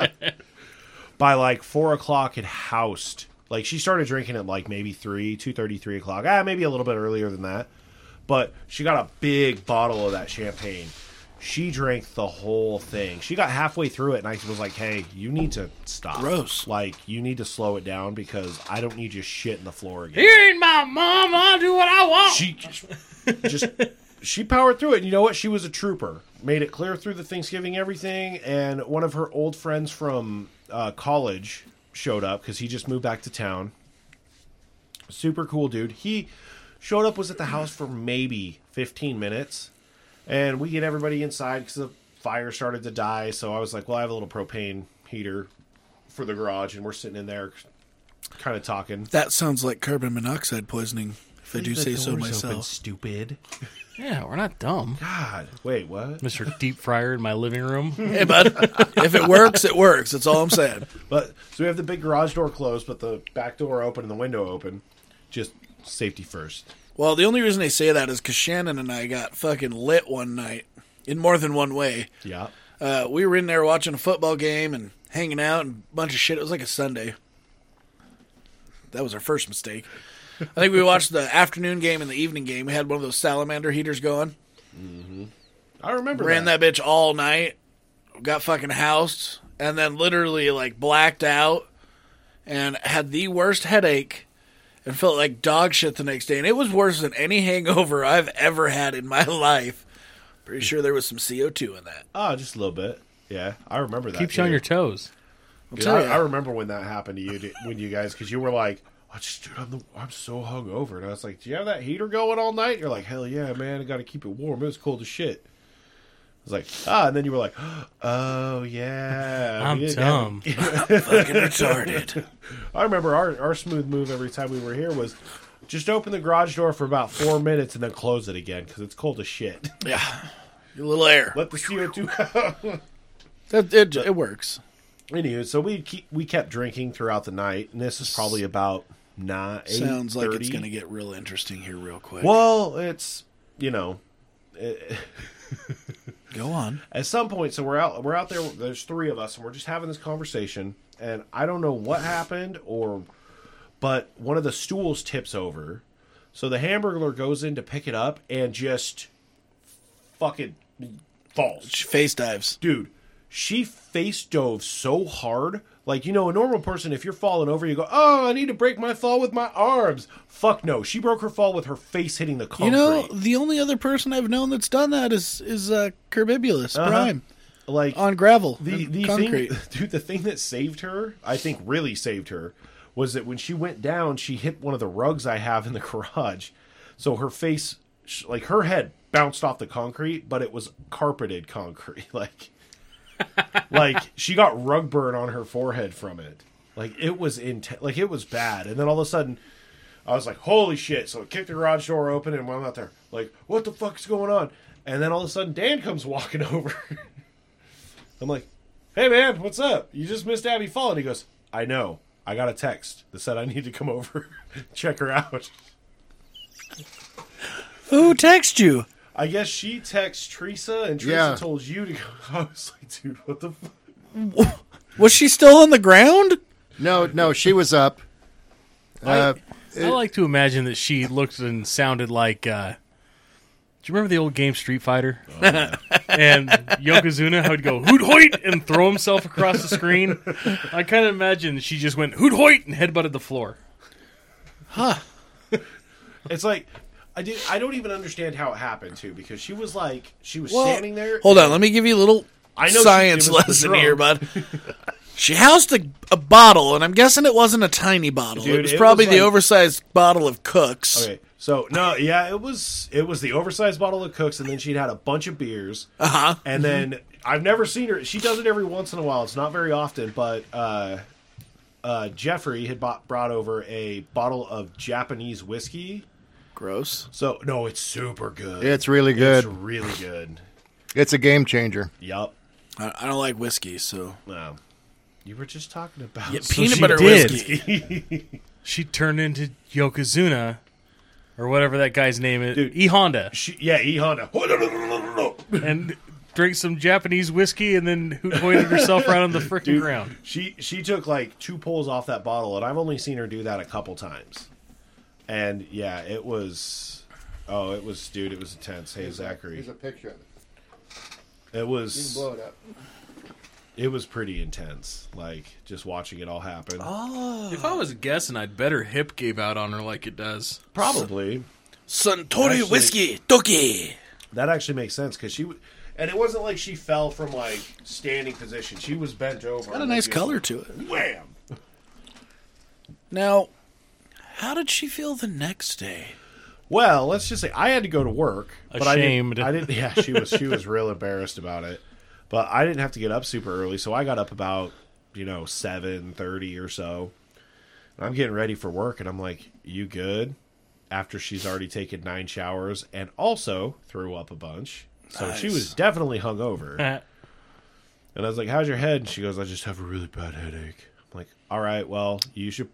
Speaker 2: by like four o'clock had housed. Like she started drinking at like maybe three, two thirty, three o'clock. Ah, maybe a little bit earlier than that. But she got a big bottle of that champagne. She drank the whole thing. She got halfway through it, and I was like, "Hey, you need to stop.
Speaker 1: Gross.
Speaker 2: Like, you need to slow it down because I don't need you shitting the floor again."
Speaker 3: You ain't my mom. I'll do what I want.
Speaker 2: she just, just she powered through it. And you know what? She was a trooper. Made it clear through the Thanksgiving everything. And one of her old friends from uh, college showed up because he just moved back to town. Super cool dude. He showed up was at the house for maybe 15 minutes, and we get everybody inside because the fire started to die. So I was like, well, I have a little propane heater for the garage, and we're sitting in there, kind of talking.
Speaker 1: That sounds like carbon monoxide poisoning. If I do say so myself.
Speaker 2: stupid.
Speaker 3: yeah, we're not dumb,
Speaker 2: God, wait, what?
Speaker 3: Mister Deep Fryer in my living room.
Speaker 1: Hey, bud. if it works, it works. That's all I'm saying.
Speaker 2: But so we have the big garage door closed, but the back door open and the window open. Just safety first.
Speaker 1: Well, the only reason I say that is because Shannon and I got fucking lit one night in more than one way.
Speaker 2: Yeah.
Speaker 1: Uh, we were in there watching a football game and hanging out and a bunch of shit. It was like a Sunday. That was our first mistake. I think we watched the afternoon game and the evening game. We had one of those salamander heaters going.
Speaker 2: I remember
Speaker 1: Ran that bitch all night. Got fucking housed and then literally like blacked out and had the worst headache and felt like dog shit the next day. And it was worse than any hangover I've ever had in my life. Pretty sure there was some CO2 in that.
Speaker 2: Oh, just a little bit. Yeah, I remember that.
Speaker 3: Keeps you on
Speaker 2: dude.
Speaker 3: your toes.
Speaker 2: Dude,
Speaker 1: tell
Speaker 2: I,
Speaker 1: ya.
Speaker 2: I remember when that happened to you, dude, when you guys, because you were like, "I just, dude, I'm, the, I'm so hungover," and I was like, "Do you have that heater going all night?" You're like, "Hell yeah, man! I got to keep it warm. It was cold as shit." I was like, "Ah," and then you were like, "Oh yeah,
Speaker 3: I'm
Speaker 2: we didn't have-
Speaker 3: dumb.
Speaker 1: Fucking retarded.
Speaker 2: I remember our, our smooth move every time we were here was just open the garage door for about four minutes and then close it again because it's cold as shit.
Speaker 1: Yeah. Your little air.
Speaker 2: Let the CO two out.
Speaker 1: It, it, it works.
Speaker 2: Anywho, so we keep, we kept drinking throughout the night, and this is probably about nine.
Speaker 1: Sounds like it's going to
Speaker 2: get.
Speaker 1: get real interesting here real quick.
Speaker 2: Well, it's you know
Speaker 1: Go on.
Speaker 2: at some point so we're out we're out there there's three of us and we're just having this conversation and i don't know what happened or but one of the stools tips over so the hamburger goes in to pick it up and just fucking falls
Speaker 1: Face dives.
Speaker 2: dude she face dove so hard like you know a normal person if you're falling over you go oh i need to break my fall with my arms fuck no she broke her fall with her face hitting the concrete
Speaker 1: You know, the only other person I've known that's done that is is uh, Curbibulus Prime
Speaker 2: like
Speaker 1: on gravel,
Speaker 2: the,
Speaker 1: and
Speaker 2: the
Speaker 1: concrete.
Speaker 2: thing, dude, the thing that saved her, I think, really saved her, was that when she went down, she hit one of the rugs I have in the garage, so her face, sh- like her head, bounced off the concrete, but it was carpeted concrete, like, like she got rug burn on her forehead from it, like it was intense, like it was bad, and then all of a sudden. I was like, holy shit. So I kicked the garage door open and I'm out there like, what the fuck's going on? And then all of a sudden Dan comes walking over. I'm like, hey man, what's up? You just missed Abby fall. And he goes, I know. I got a text that said I need to come over, check her out.
Speaker 1: Who text you?
Speaker 2: I guess she texts Teresa and Teresa
Speaker 4: Yeah.
Speaker 2: told you to go. I was like, dude, what the fuck?
Speaker 1: Was she still on the ground?
Speaker 4: No, no, she was up. Uh,
Speaker 3: I like to imagine that she looked and sounded like. Uh, do you remember the old game Street Fighter? and Yokozuna would go hoot hoit and throw himself across the screen. I kind of imagine she just went hoot hoit and headbutted the floor.
Speaker 2: It's like, I, did, I don't even understand how it happened, too, because she was like, she was
Speaker 1: Well,
Speaker 2: standing there.
Speaker 1: Hold on, let me give you a little
Speaker 2: I know she-
Speaker 1: science
Speaker 2: it was
Speaker 1: lesson
Speaker 2: the drum.
Speaker 1: here, bud. she housed a, a bottle, and I'm guessing it wasn't a tiny bottle.
Speaker 2: Dude,
Speaker 1: it was
Speaker 2: it
Speaker 1: probably
Speaker 2: was
Speaker 1: the
Speaker 2: like-
Speaker 1: oversized bottle of Cook's.
Speaker 2: Okay, so no, yeah, it was it was the oversized bottle of Cooks, and then she'd had a bunch of beers,
Speaker 1: Uh-huh.
Speaker 2: and then I've never seen her. She does it every once in a while. It's not very often, but uh, uh, Jeffrey had bought, brought over a bottle of Japanese whiskey.
Speaker 1: Gross.
Speaker 2: So no, it's super good.
Speaker 4: it's really
Speaker 2: It's
Speaker 4: good.
Speaker 2: really good.
Speaker 4: It's a game changer.
Speaker 2: Yup.
Speaker 1: I, I don't like whiskey, so
Speaker 2: Wow. You were just talking about
Speaker 1: Yeah,
Speaker 2: So
Speaker 1: peanut
Speaker 3: she
Speaker 1: butter
Speaker 3: did.
Speaker 1: whiskey.
Speaker 3: She turned into Yokozuna, or whatever that guy's name is,
Speaker 2: Dude.
Speaker 3: E Honda,
Speaker 2: she, yeah, E Honda.
Speaker 3: and drank some Japanese whiskey and then hoot hoited herself right on the freaking ground.
Speaker 2: She she took like two pulls off that bottle, and I've only seen her do that a couple times. And yeah, it was. Oh, it was, dude. It was intense. Hey, Zachary.
Speaker 4: picture of it.
Speaker 2: It was.
Speaker 4: it up.
Speaker 2: It was pretty intense. Like just watching it all happen.
Speaker 1: Oh,
Speaker 3: If I was guessing, I'd bet her hip gave out on her like it does.
Speaker 2: Probably
Speaker 1: Suntory
Speaker 2: Actually-
Speaker 1: whiskey, Toki.
Speaker 2: that actually makes sense because she. w- And it wasn't like she fell from like standing position. She was bent over.
Speaker 1: Got a nice color to it.
Speaker 2: Wham!
Speaker 1: Now, how did she feel the next day?
Speaker 2: Well, let's just say I had to go to work, but
Speaker 3: Ashamed.
Speaker 2: I didn't, I didn't. Yeah, she was she was real embarrassed about it, but I didn't have to get up super early, so I got up about you know seven thirty or so. And I'm getting ready for work, and I'm like, "You good?" After she's already taken nine showers and also threw up a bunch, so she
Speaker 1: Nice.
Speaker 2: was definitely hungover. And I was like, "How's your head?" And she goes, "I just have a really bad headache." I'm like, "All right, well, you should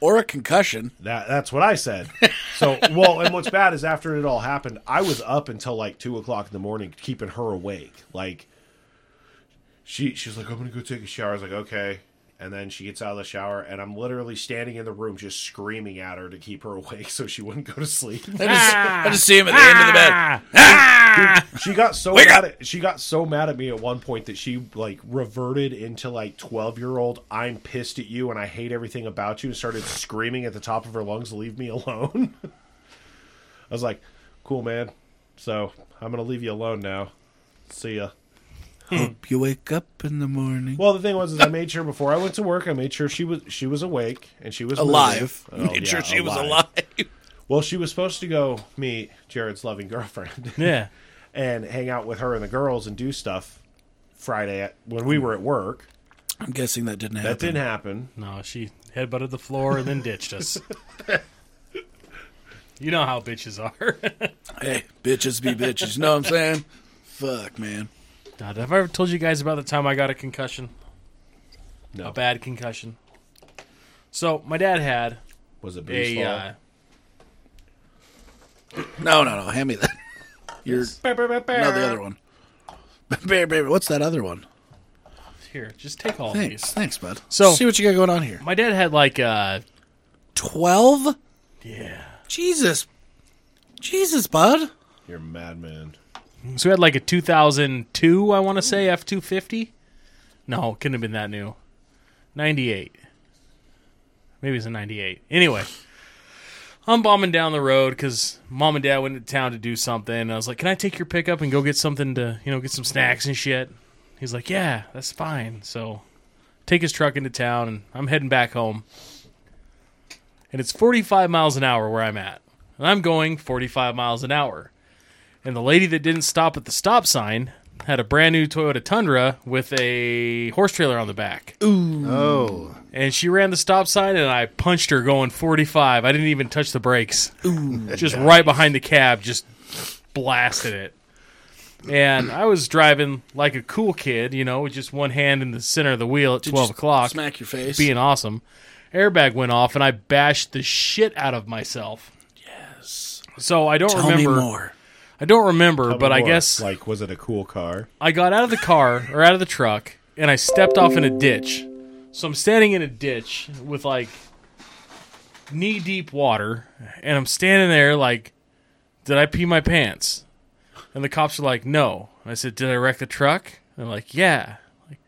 Speaker 1: Or a concussion?
Speaker 2: that that's what I said. So well, and what's bad is after it all happened, I was up until like two o'clock in the morning keeping her awake. Like she she's like, I'm gonna go take a shower. I was like, okay. And then she gets out of the shower and I'm literally standing in the room just screaming at her to keep her awake so she wouldn't go to sleep.
Speaker 1: I just, I just see him at the end of the bed.
Speaker 3: Ah.
Speaker 2: She got so
Speaker 1: Wake
Speaker 2: mad
Speaker 1: up!
Speaker 2: at she got so mad at me at one point that she like reverted into like twelve year old I'm pissed at you and I hate everything about you and started screaming at the top of her lungs, leave me alone. I was like, Cool man. So I'm gonna leave you alone now. See ya.
Speaker 1: Hope you wake up in the morning.
Speaker 2: Well the thing was is I made sure before I went to work, I made sure she was she was awake and she was moving.
Speaker 1: alive.
Speaker 2: Oh,
Speaker 1: Made
Speaker 2: yeah,
Speaker 1: sure she was alive.
Speaker 2: Well, she was supposed to go meet Jared's loving girlfriend.
Speaker 3: Yeah.
Speaker 2: and hang out with her and the girls and do stuff Friday at, when we were at work.
Speaker 1: I'm guessing that didn't happen.
Speaker 2: That didn't happen.
Speaker 3: No, she headbutted the floor and then ditched us. you know how bitches are.
Speaker 1: Hey, bitches be bitches. You know what I'm saying? Fuck, man.
Speaker 3: God, have I ever told you guys about the time I got a concussion?
Speaker 2: No.
Speaker 3: A bad concussion. So my dad had
Speaker 2: Was it Boo's
Speaker 3: a
Speaker 2: fault?
Speaker 3: uh,
Speaker 1: No, no, no. Hand me that. You're no the other one. Bear, bear, what's that other one?
Speaker 3: Here, just take all
Speaker 1: Thanks,
Speaker 3: these.
Speaker 1: thanks, bud.
Speaker 3: Oh, So-
Speaker 1: see what you got going on here.
Speaker 3: My dad had like uh
Speaker 1: Twelve?
Speaker 3: yeah.
Speaker 1: Jesus, Jesus, bud.
Speaker 2: You're a madman.
Speaker 3: So we had like a 2002, I want to say F two fifty. No, it couldn't have been that new. Ninety eight. Maybe it's a ninety eight. Anyway, I'm bombing down the road because mom and dad went to town to do something. And I was like, "Can I take your pickup and go get something to you know get some snacks and shit?" He's like, "Yeah, that's fine." So take his truck into town, and I'm heading back home. And it's 45 miles an hour where I'm at, and I'm going 45 miles an hour and the lady that didn't stop at the stop sign had a brand new Toyota Tundra with a horse trailer on the back.
Speaker 4: Oh,
Speaker 3: And she ran the stop sign and I punched her going 45. I didn't even touch the brakes. just right behind the cab, just blasted it. And I was driving like a cool kid, you know, with just one hand in the center of the wheel at 12
Speaker 1: Just
Speaker 3: o'clock
Speaker 1: Smack your face.
Speaker 3: being awesome. Airbag went off and I bashed the shit out of myself. Yes. So I don't
Speaker 1: Tell
Speaker 3: remember.
Speaker 1: me more.
Speaker 3: I don't remember, but I
Speaker 2: Or,
Speaker 3: guess
Speaker 2: like, was it a cool car?
Speaker 3: I got out of the car or out of the truck and I stepped off in a ditch. So I'm standing in a ditch with like knee deep water and I'm standing there like, did I pee my pants? And the cops are like, no. And I said, did I wreck the truck? And they're like, yeah. Like,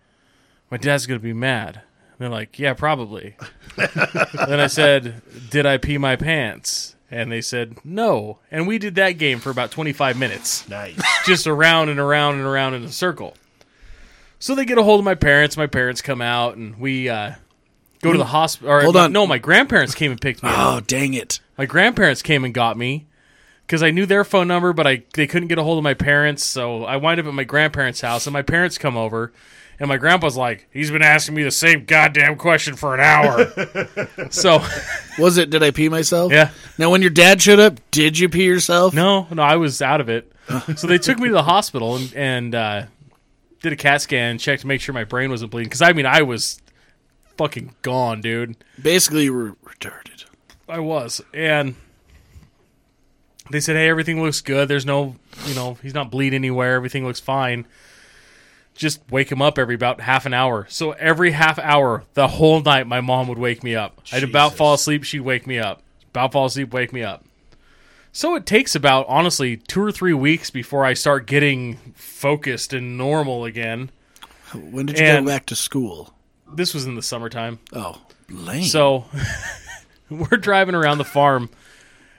Speaker 3: my dad's going to be mad. And they're like, yeah, probably. then I said, did I pee my pants? And they said, no. And we did that game for about 25 minutes
Speaker 2: Nice.
Speaker 3: just around and around and around in a circle. So they get a hold of my parents. My parents come out, and we uh, go to the hospital.
Speaker 1: Hold on.
Speaker 3: no, my grandparents came and picked me. up.
Speaker 1: Oh dang it!
Speaker 3: My grandparents came and got me because I knew their phone number, but I they couldn't get a hold of my parents. So I wind up at my grandparents' house, and my parents come over, and my grandpa's like, "He's been asking me the same goddamn question for an hour." so
Speaker 1: Was it? Did I pee myself?
Speaker 3: yeah.
Speaker 1: Now, when your dad showed up, did you pee yourself?
Speaker 3: No, no, I was out of it. So they took me to the hospital and, and uh, did a CAT scan, checked to make sure my brain wasn't bleeding. Because I mean, I was fucking gone, dude.
Speaker 1: Basically, you were retarded.
Speaker 3: I was, and they said, "Hey, everything looks good. There's no, you know, he's not bleeding anywhere. Everything looks fine. Just wake him up every about half an hour." So every half hour, the whole night, my mom would wake me up. I'd about
Speaker 2: Jesus.
Speaker 3: fall asleep, she'd wake me up. About fall asleep, wake me up. So it takes about honestly two or three weeks before I start getting focused and normal again.
Speaker 1: When did you
Speaker 3: And-
Speaker 1: go back to school?
Speaker 3: This was in the summertime.
Speaker 1: Oh, lame.
Speaker 3: So we're driving around the farm,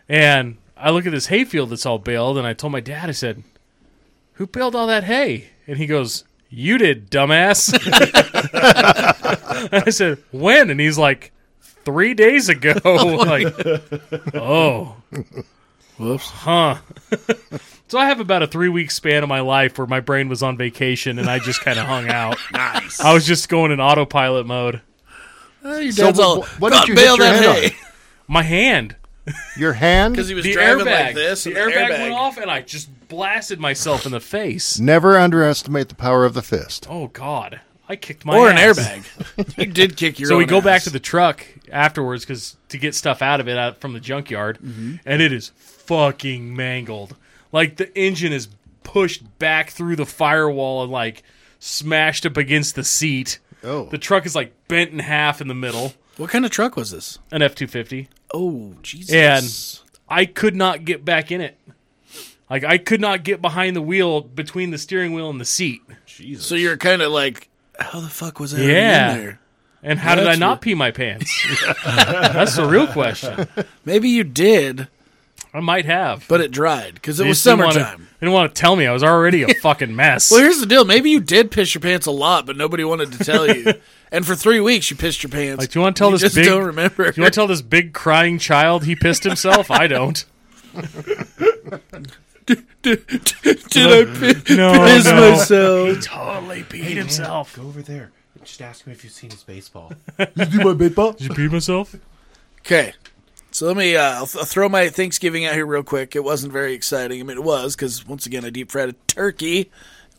Speaker 3: and I look at this hayfield that's all baled, and I told my dad, I said, "Who baled all that hay?" And he goes, "You did, dumbass." And I said, "When?" And he's like, three days ago." like, oh,
Speaker 1: whoops.
Speaker 3: huh. So I have about a three week span of my life where my brain was on vacation and I just kind of hung out.
Speaker 1: Nice.
Speaker 3: I was just going in autopilot mode.
Speaker 1: your dad's
Speaker 4: wh-
Speaker 1: all,
Speaker 4: wh- what did
Speaker 1: God,
Speaker 4: you hit
Speaker 1: bail
Speaker 4: your
Speaker 1: that
Speaker 4: head
Speaker 1: hay.
Speaker 4: on?
Speaker 3: My hand
Speaker 4: your hand.
Speaker 1: he was
Speaker 3: the airbag. the, airbag, went off, and I just blasted myself in the face.
Speaker 4: Never underestimate the power of the fist.
Speaker 3: Oh God! I kicked my
Speaker 1: Or an
Speaker 3: ass.
Speaker 1: airbag. you did kick your
Speaker 3: So we
Speaker 1: own
Speaker 3: go back
Speaker 1: ass.
Speaker 3: to the truck afterwards because to get stuff out of it out from the junkyard,
Speaker 1: Mm-hmm.
Speaker 3: and it is fucking mangled. Like the engine is pushed back through the firewall and like smashed up against the seat.
Speaker 4: Oh,
Speaker 3: The truck is like bent in half in the middle.
Speaker 1: What kind of truck was this?
Speaker 3: An F two fifty.
Speaker 1: Oh, Jesus.
Speaker 3: I could not get back in it. Like I could not get behind the wheel between the steering wheel and the seat.
Speaker 1: so you're kind of like, how the fuck was I already
Speaker 3: Yeah.
Speaker 1: in there?
Speaker 3: And how did I
Speaker 1: That's
Speaker 3: not
Speaker 1: re-
Speaker 3: pee my pants? That's the real question.
Speaker 1: Maybe you did,
Speaker 3: I might have.
Speaker 1: but it dried because it
Speaker 3: They
Speaker 1: was
Speaker 3: just didn't wanna-
Speaker 1: summertime.
Speaker 3: they didn't want to tell me. I was already a fucking mess.
Speaker 1: Well, here's the deal. Maybe you did piss your pants a lot, but nobody wanted to tell you. and for three weeks, you pissed your pants.
Speaker 3: Like, do you wanna tell this
Speaker 1: just
Speaker 3: big-
Speaker 1: don't remember.
Speaker 3: you want to tell this big crying child he pissed himself? I don't.
Speaker 1: Did I pi-
Speaker 3: No,
Speaker 1: piss myself?
Speaker 3: totally peed himself.
Speaker 2: Go over there and just ask him if you've seen his baseball. you do my baseball?
Speaker 3: Did you pee myself?
Speaker 1: Okay. So let me. Uh, I'll, th- I'll throw my Thanksgiving out here real quick. It wasn't very exciting. I mean, it was because once again, I deep fried a turkey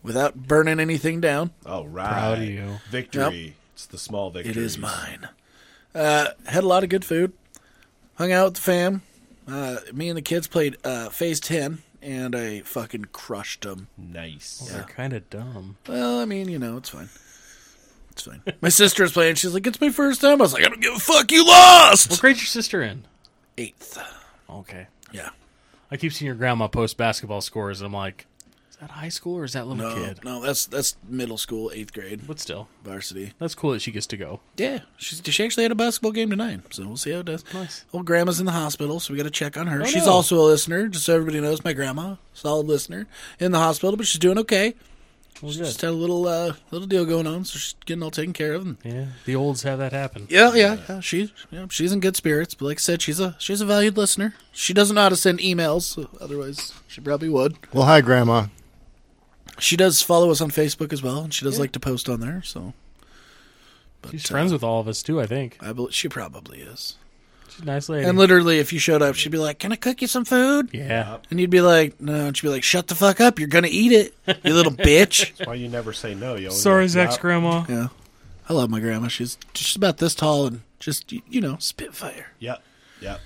Speaker 1: without burning anything down.
Speaker 2: All Oh, right.
Speaker 3: Proud of you.
Speaker 2: Victory. It's the small victory.
Speaker 1: It is mine. Uh, had a lot of good food. Hung out with the fam. Uh, me and the kids played uh, Phase Ten and I fucking crushed them.
Speaker 2: Nice.
Speaker 3: They're kind of dumb.
Speaker 1: Well, I mean, you know, it's fine. It's fine. My sister was playing. She's like, "It's my first time." I was like, "I don't give a fuck. You
Speaker 3: What
Speaker 1: lost."
Speaker 3: grade's your sister in?
Speaker 1: Eighth.
Speaker 3: Okay.
Speaker 1: Yeah.
Speaker 3: I keep seeing your grandma post basketball scores, and I'm like, is that high school or is that little
Speaker 1: No,
Speaker 3: kid?
Speaker 1: no, that's that's middle school, eighth grade,
Speaker 3: But still,
Speaker 1: varsity.
Speaker 3: that's cool that she gets to go.
Speaker 1: Yeah, she's, she actually had a basketball game tonight, so we'll see how it does.
Speaker 3: Nice.
Speaker 1: Old grandma's in the hospital, so we got to check on her.
Speaker 3: Oh,
Speaker 1: she's
Speaker 3: no.
Speaker 1: also a listener, just so everybody knows. My grandma, solid listener, in the hospital, but she's doing okay.
Speaker 3: Well,
Speaker 1: She
Speaker 3: good.
Speaker 1: Just had a little uh, little deal going on, so she's getting all taken care of. And
Speaker 3: yeah, the olds have that happen.
Speaker 1: yeah, yeah, yeah. She, yeah, she's in good spirits. But like I said, she's a she's a valued listener. She doesn't know how to send emails, so otherwise she probably would.
Speaker 4: Well, hi, Grandma.
Speaker 1: She does follow us on Facebook as well, and she does like to post on there. So uh,
Speaker 3: She's friends with all of us too. I think
Speaker 1: I believe she probably is.
Speaker 3: she's a nice lady.
Speaker 1: And literally, if you showed up, she'd be like, "Can I cook you some food?"
Speaker 3: yeah,
Speaker 1: And you'd be like, "No," and she'd be like, "Shut the fuck up! You're gonna eat it, you little bitch."
Speaker 2: Why you never say no? You always
Speaker 3: sorry,
Speaker 2: go,
Speaker 3: Zach's
Speaker 2: "Nah."
Speaker 3: grandma.
Speaker 1: Yeah, I love my grandma. She's she's about this tall and just y- you know spitfire.
Speaker 2: Yep. Yep.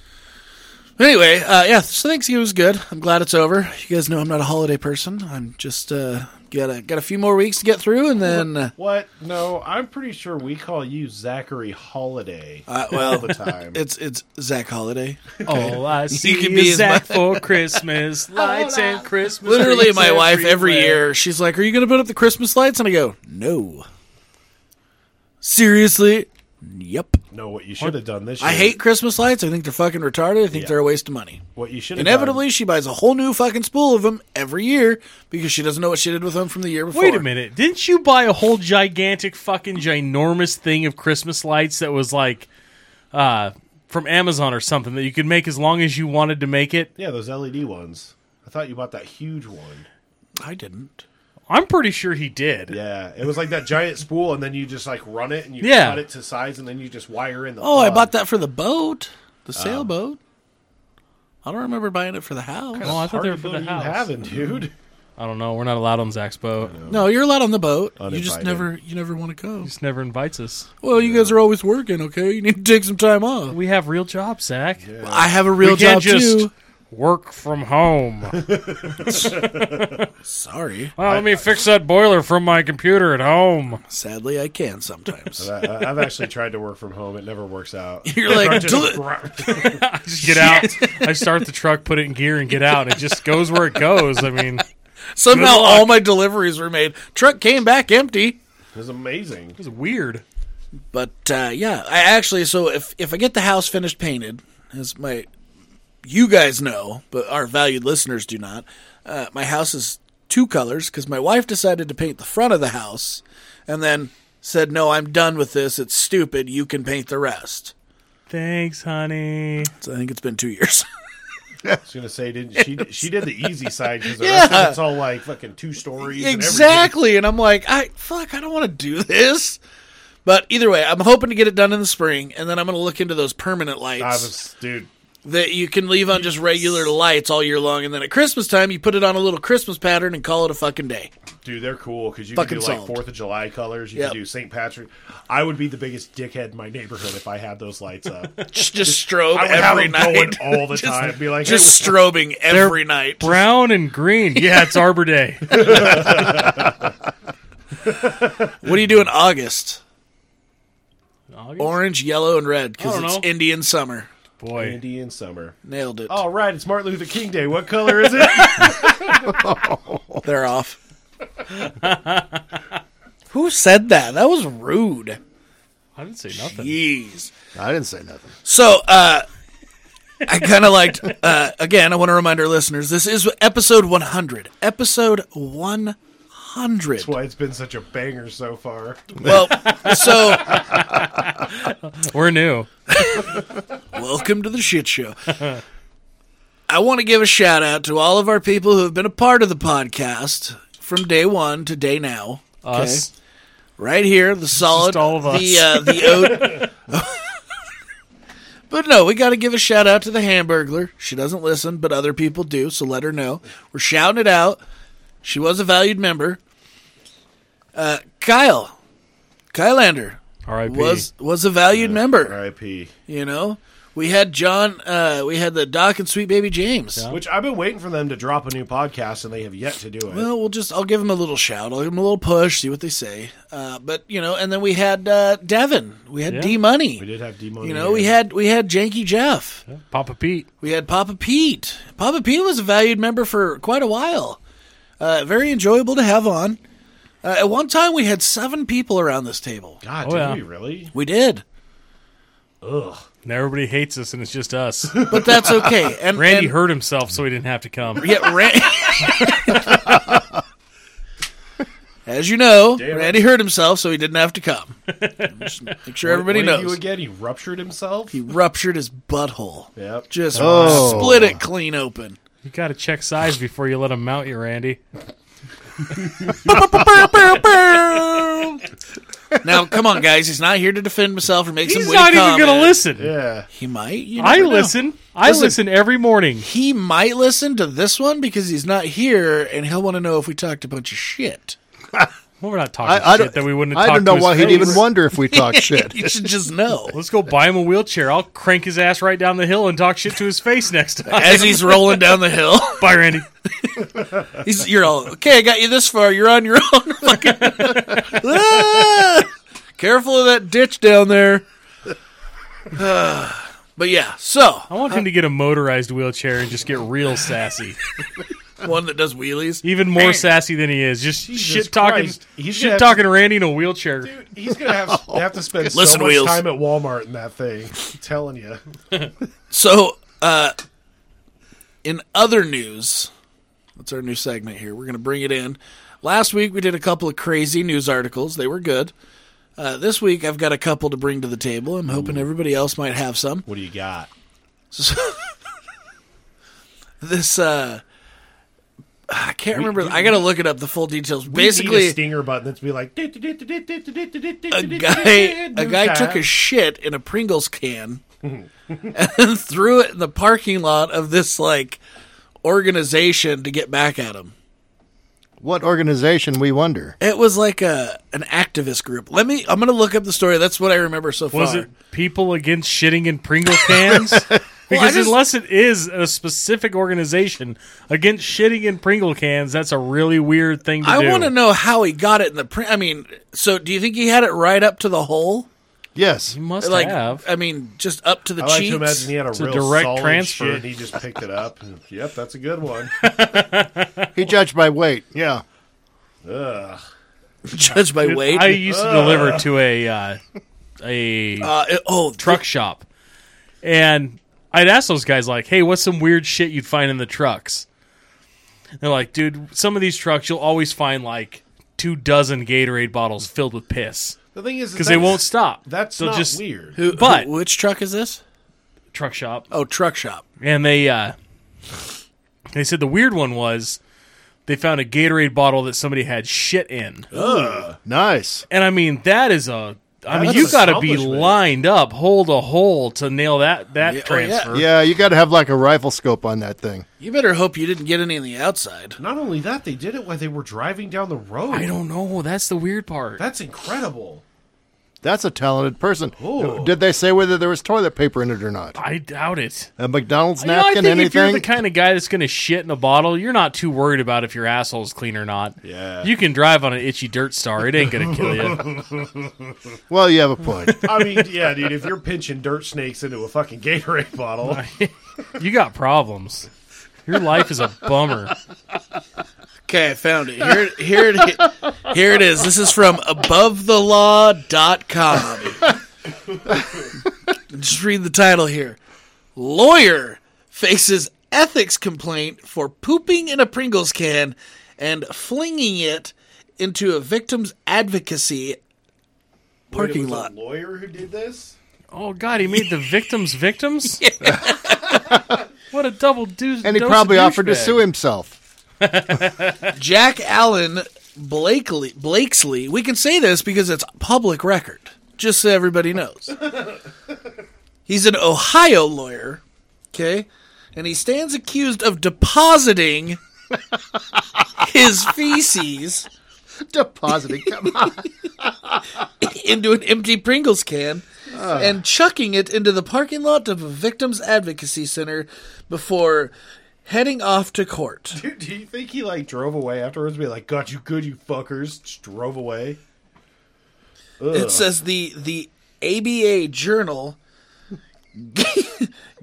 Speaker 1: Anyway, uh, yeah, so Thanksgiving was good. I'm glad it's over. You guys know I'm not a holiday person. I'm just uh, got a got a few more weeks to get through, and then uh,
Speaker 2: What? No, I'm pretty sure we call you Zachary Holiday
Speaker 1: uh,
Speaker 2: all
Speaker 1: well,
Speaker 2: the time.
Speaker 1: it's it's Zach Holiday.
Speaker 3: All Oh, I see
Speaker 1: can be
Speaker 3: is
Speaker 1: as
Speaker 3: Zach for Christmas lights and Christmas.
Speaker 1: Literally,
Speaker 3: trees
Speaker 1: my wife
Speaker 3: everywhere.
Speaker 1: every year she's like, "Are you going to put up the Christmas lights?" And I go, "No." Seriously? Yep.
Speaker 2: no, what you should have done this year.
Speaker 1: I hate Christmas lights. I think they're fucking retarded. I think
Speaker 2: Yeah.
Speaker 1: they're a waste of money.
Speaker 2: what you should have
Speaker 1: Inevitably, she buys a whole new fucking spool of them every year because she doesn't know what she did with them from the year before.
Speaker 3: Wait a minute! Didn't you buy a whole gigantic, fucking ginormous thing of Christmas lights that was like, uh, from Amazon or something that you could make as long as you wanted to make it?
Speaker 2: Yeah, those LED ones. I thought you bought that huge one.
Speaker 1: I didn't.
Speaker 3: I'm pretty sure he did.
Speaker 2: Yeah, it was like that giant spool, and then you just like run it and you
Speaker 3: Yeah.
Speaker 2: cut it to size, and then you just wire in the.
Speaker 1: Oh, I
Speaker 2: plug.
Speaker 1: bought that for the boat, the sailboat. Oh. I don't remember buying it for the house.
Speaker 3: Oh, I thought they were for
Speaker 2: What are
Speaker 3: the
Speaker 2: you
Speaker 3: house.
Speaker 2: having, dude?
Speaker 3: I don't know. We're not allowed on Zach's boat.
Speaker 1: No, you're allowed on the boat. You just
Speaker 2: Uninvited.
Speaker 1: never, you never want to go.
Speaker 3: He just never invites us.
Speaker 1: Well, you guys are always working. Okay, you need to take some time off.
Speaker 3: We have real jobs, Zach.
Speaker 1: I have a real
Speaker 3: we can't
Speaker 1: job
Speaker 3: just
Speaker 1: too.
Speaker 3: work from home.
Speaker 1: Sorry.
Speaker 3: Well, let me fix that boiler from my computer at home.
Speaker 1: Sadly, I can sometimes.
Speaker 2: I, Uh, I- I've actually tried to work from home; it never works out.
Speaker 1: You're like, "Deli-
Speaker 3: Just get out. I start the truck, put it in gear, and get out. It just goes where it goes. I mean, it
Speaker 1: somehow
Speaker 3: Good luck.
Speaker 1: all my deliveries were made. Truck came back empty.
Speaker 2: it was amazing.
Speaker 3: was weird.
Speaker 1: But uh, yeah, I actually so if if I get the house finished painted, as my you guys know, but our valued listeners do not, uh, my house is two colors because my wife decided to paint the front of the house, and then said, "No, I'm done with this. It's stupid. You can paint the rest."
Speaker 3: Thanks, honey.
Speaker 1: So I think it's been two years.
Speaker 2: I was gonna say, didn't she? She did the easy side because the
Speaker 1: Yeah.
Speaker 2: rest of it's all like fucking two stories. and everything.
Speaker 1: exactly and i'm like i fuck i don't want to do this but either way i'm hoping to get it done in the spring and then i'm going to look into those permanent lights
Speaker 2: I was, dude.
Speaker 1: that you can leave on just regular lights all year long and then at christmas time you put it on a little christmas pattern and call it a fucking day
Speaker 2: Dude, they're cool because you
Speaker 1: Fucking
Speaker 2: can do like
Speaker 1: solved.
Speaker 2: Fourth of July colors. You
Speaker 1: Yep.
Speaker 2: can do St. Patrick. I would be the biggest dickhead in my neighborhood if I had those lights up.
Speaker 1: just, just strobe
Speaker 2: I would have
Speaker 1: every
Speaker 2: them
Speaker 1: night
Speaker 2: going all the time. Be like,
Speaker 1: just strobing every night
Speaker 3: Brown and green. Yeah, it's Arbor Day.
Speaker 1: what do you do in august
Speaker 3: August?
Speaker 1: orange yellow and red
Speaker 3: I
Speaker 1: because
Speaker 3: don't
Speaker 1: it's
Speaker 3: know.
Speaker 1: indian summer
Speaker 2: hey,
Speaker 3: Boy,
Speaker 2: Indian summer.
Speaker 1: nailed it
Speaker 2: All right, it's Martin Luther King Day. What color is it?
Speaker 1: they're off who said that that was rude
Speaker 3: I didn't say nothing.
Speaker 1: jeez
Speaker 4: I didn't say nothing.
Speaker 1: So uh, I kind of liked. Uh, again, I want to remind our listeners: this is episode 100. Episode 100.
Speaker 2: Why it's been such a banger so far.
Speaker 1: Well, so
Speaker 3: We're new.
Speaker 1: welcome to the shit show. I want to give a shout out to all of our people who have been a part of the podcast from day one to day now.
Speaker 3: Us.
Speaker 1: right here, the solid,
Speaker 3: all of us.
Speaker 1: the uh, the oat. but no, we got to give a shout out to the Hamburglar. She doesn't listen, but other people do, so let her know. We're shouting it out. She was a valued member. Uh, Kyle, Kylander
Speaker 3: R.I.P.
Speaker 1: was was a valued member.
Speaker 2: R.I.P.
Speaker 1: You know, We had John. Uh, we had the Doc and Sweet Baby James.
Speaker 2: Which I've been waiting for them to drop a new podcast, and they have yet to do it.
Speaker 1: Well, we'll just I'll give them a little shout. I'll give them a little push. See what they say. Uh, but you know, and then we had uh, Devin. We had D Money.
Speaker 2: we did have D Money.
Speaker 1: You know, we had we had Janky Jeff.
Speaker 3: Papa Pete.
Speaker 1: We had Papa Pete. Papa Pete was a valued member for quite a while. Uh, very enjoyable to have on. Uh, at one time, we had seven people around this table.
Speaker 2: God,
Speaker 3: Oh,
Speaker 2: did
Speaker 3: yeah.
Speaker 2: we really?
Speaker 1: We did,
Speaker 2: Ugh.
Speaker 3: Now everybody hates us, and it's just us.
Speaker 1: but that's okay. And
Speaker 3: Randy
Speaker 1: and,
Speaker 3: hurt himself, so he didn't have to come.
Speaker 1: Yeah, Ran- As you know,
Speaker 2: Damn it.
Speaker 1: Randy hurt himself, so he didn't have to come. Just make sure everybody
Speaker 2: what did
Speaker 1: knows.
Speaker 2: he do again? He ruptured himself.
Speaker 1: He ruptured his butthole.
Speaker 2: Yep.
Speaker 1: Just
Speaker 4: Oh.
Speaker 1: split it clean open.
Speaker 3: You got to check size before you let him mount you, Randy.
Speaker 1: now, come on, guys. He's not here to defend himself or make
Speaker 3: He's
Speaker 1: some.
Speaker 3: not
Speaker 1: witty
Speaker 3: even going to
Speaker 1: comment.
Speaker 3: listen.
Speaker 2: yeah.
Speaker 1: He might. you
Speaker 3: I
Speaker 1: never know.
Speaker 3: listen. I
Speaker 1: Listen.
Speaker 3: listen. every morning.
Speaker 1: He might listen to this one because he's not here, and he'll want to know if we talked a bunch of shit.
Speaker 3: Well, we're not talking
Speaker 4: I, I
Speaker 3: shit
Speaker 4: don't,
Speaker 3: that we wouldn't. Have
Speaker 4: I
Speaker 3: talked
Speaker 4: don't
Speaker 3: to
Speaker 4: know
Speaker 3: his
Speaker 4: why he'd
Speaker 3: face.
Speaker 4: even wonder if we talk shit.
Speaker 1: you should just know.
Speaker 3: Let's go buy him a wheelchair. I'll crank his ass right down the hill and talk shit to his face next time.
Speaker 1: As he's rolling down the hill,
Speaker 3: Bye, Randy.
Speaker 1: he's, you're all okay. I got you this far. You're on your own. Fucking- Ah! Careful of that ditch down there. Ah. but yeah, so
Speaker 3: I want him to get a motorized wheelchair and just get real sassy,
Speaker 1: one that does wheelies.
Speaker 3: even more sassy than he is. Just shit talking,
Speaker 2: Christ. He's gonna
Speaker 3: shit
Speaker 2: have
Speaker 3: talking Randy in a wheelchair.
Speaker 2: Dude, he's gonna have, have to spend so
Speaker 1: Listen,
Speaker 2: much
Speaker 1: Wheels.
Speaker 2: time at Walmart in that thing. I'm telling you,
Speaker 1: So, uh, in other news, that's our new segment here. We're going to bring it in. Last week we did a couple of crazy news articles. They were good. Uh, this week I've got a couple to bring to the table. I'm hoping everybody else might have some.
Speaker 2: what do you got?
Speaker 1: This uh, I can't remember. I got to look it up. The full details.
Speaker 2: we need a
Speaker 1: Basically,
Speaker 2: stinger button that's be like a
Speaker 1: a guy a guy took a shit in a Pringles can and threw it in the parking lot of this like organization to get back at him.
Speaker 4: What organization, we wonder?
Speaker 1: It was like a an activist group. Let me. I'm gonna look up the story. That's what I remember so far.
Speaker 3: Was it people against shitting in Pringle cans? Because
Speaker 1: just-
Speaker 3: unless it is a specific organization against shitting in Pringle cans, that's a really weird thing to
Speaker 1: I
Speaker 3: do.
Speaker 1: want to know how he got it in the print. I mean, so do you think he had it right up to the hole?
Speaker 4: Yes.
Speaker 3: You must
Speaker 1: Like,
Speaker 3: have.
Speaker 1: I mean, just up to the
Speaker 2: I like to
Speaker 1: cheeks.
Speaker 2: imagine he had a
Speaker 3: a
Speaker 2: real
Speaker 3: direct
Speaker 2: solid
Speaker 3: transfer.
Speaker 2: shit, and he just picked it up. and, yep, that's a good one.
Speaker 4: He judged by weight. Yeah.
Speaker 2: Ugh.
Speaker 1: Judged by weight.
Speaker 3: I used to deliver to a uh, a
Speaker 1: uh, it- oh,
Speaker 3: truck shop, and I'd ask those guys like, "Hey, what's some weird shit you'd find in the trucks?" They're like, "Dude, some of these trucks you'll always find like two dozen Gatorade bottles filled with piss
Speaker 2: The thing is,
Speaker 3: because they won't stop."
Speaker 2: That's
Speaker 3: They'll
Speaker 2: not
Speaker 3: just
Speaker 2: weird.
Speaker 1: who-
Speaker 3: but-
Speaker 1: who- which truck is this?
Speaker 3: truck shop.
Speaker 1: Oh, truck shop.
Speaker 3: and they uh, they said the weird one was they found a Gatorade bottle that somebody had shit in,
Speaker 4: Nice.
Speaker 3: and I mean that is a I mean
Speaker 2: That's
Speaker 3: you
Speaker 2: an
Speaker 3: got to be
Speaker 2: accomplishment.
Speaker 3: lined up, hold a hole to nail that that
Speaker 1: Yeah, oh,
Speaker 3: transfer.
Speaker 4: Yeah, you got to have like a rifle scope on that thing.
Speaker 1: You better hope you didn't get any on the outside.
Speaker 2: Not only that, they did it while they were driving down the road.
Speaker 3: I don't know. That's the weird part.
Speaker 2: That's incredible.
Speaker 4: That's a talented person.
Speaker 2: Ooh.
Speaker 4: Did they say whether there was toilet paper in it or not?
Speaker 3: I doubt it.
Speaker 4: A McDonald's
Speaker 3: You know, I
Speaker 4: napkin,
Speaker 3: think if you're
Speaker 4: anything?
Speaker 3: the kind of guy that's going to shit in a bottle, you're not too worried about if your asshole's clean or not.
Speaker 2: Yeah.
Speaker 3: You can drive on an itchy dirt star. It ain't going to kill you.
Speaker 4: well, you have a point.
Speaker 2: I mean, yeah, dude, if you're pinching dirt snakes into a fucking Gatorade bottle,
Speaker 3: You got problems. Your life is a bummer.
Speaker 1: Okay, I found it. Here, here, it, here it is. This is from abovethelaw.com. Just read the title here. Lawyer faces ethics complaint for pooping in a Pringles can and flinging it into a victim's advocacy parking
Speaker 2: Wait, it was
Speaker 1: lot.
Speaker 2: a lawyer who did this?
Speaker 3: Oh God, he made the victims victims. what a double do- dose.
Speaker 4: And he probably
Speaker 3: of
Speaker 4: offered to
Speaker 3: douchebag.
Speaker 4: sue himself.
Speaker 1: Jack Allen Blakely, Blakesley. We can say this because it's public record, just so everybody knows. He's an Ohio lawyer, okay? And he stands accused of depositing his feces
Speaker 4: Depositing. Come on.
Speaker 1: into an empty Pringles can and chucking it into the parking lot of a victims advocacy center before heading off to court.
Speaker 2: Dude, do you think he like drove away afterwards? Be like, got you good, you fuckers. Just drove away.
Speaker 1: It says the the ABA Journal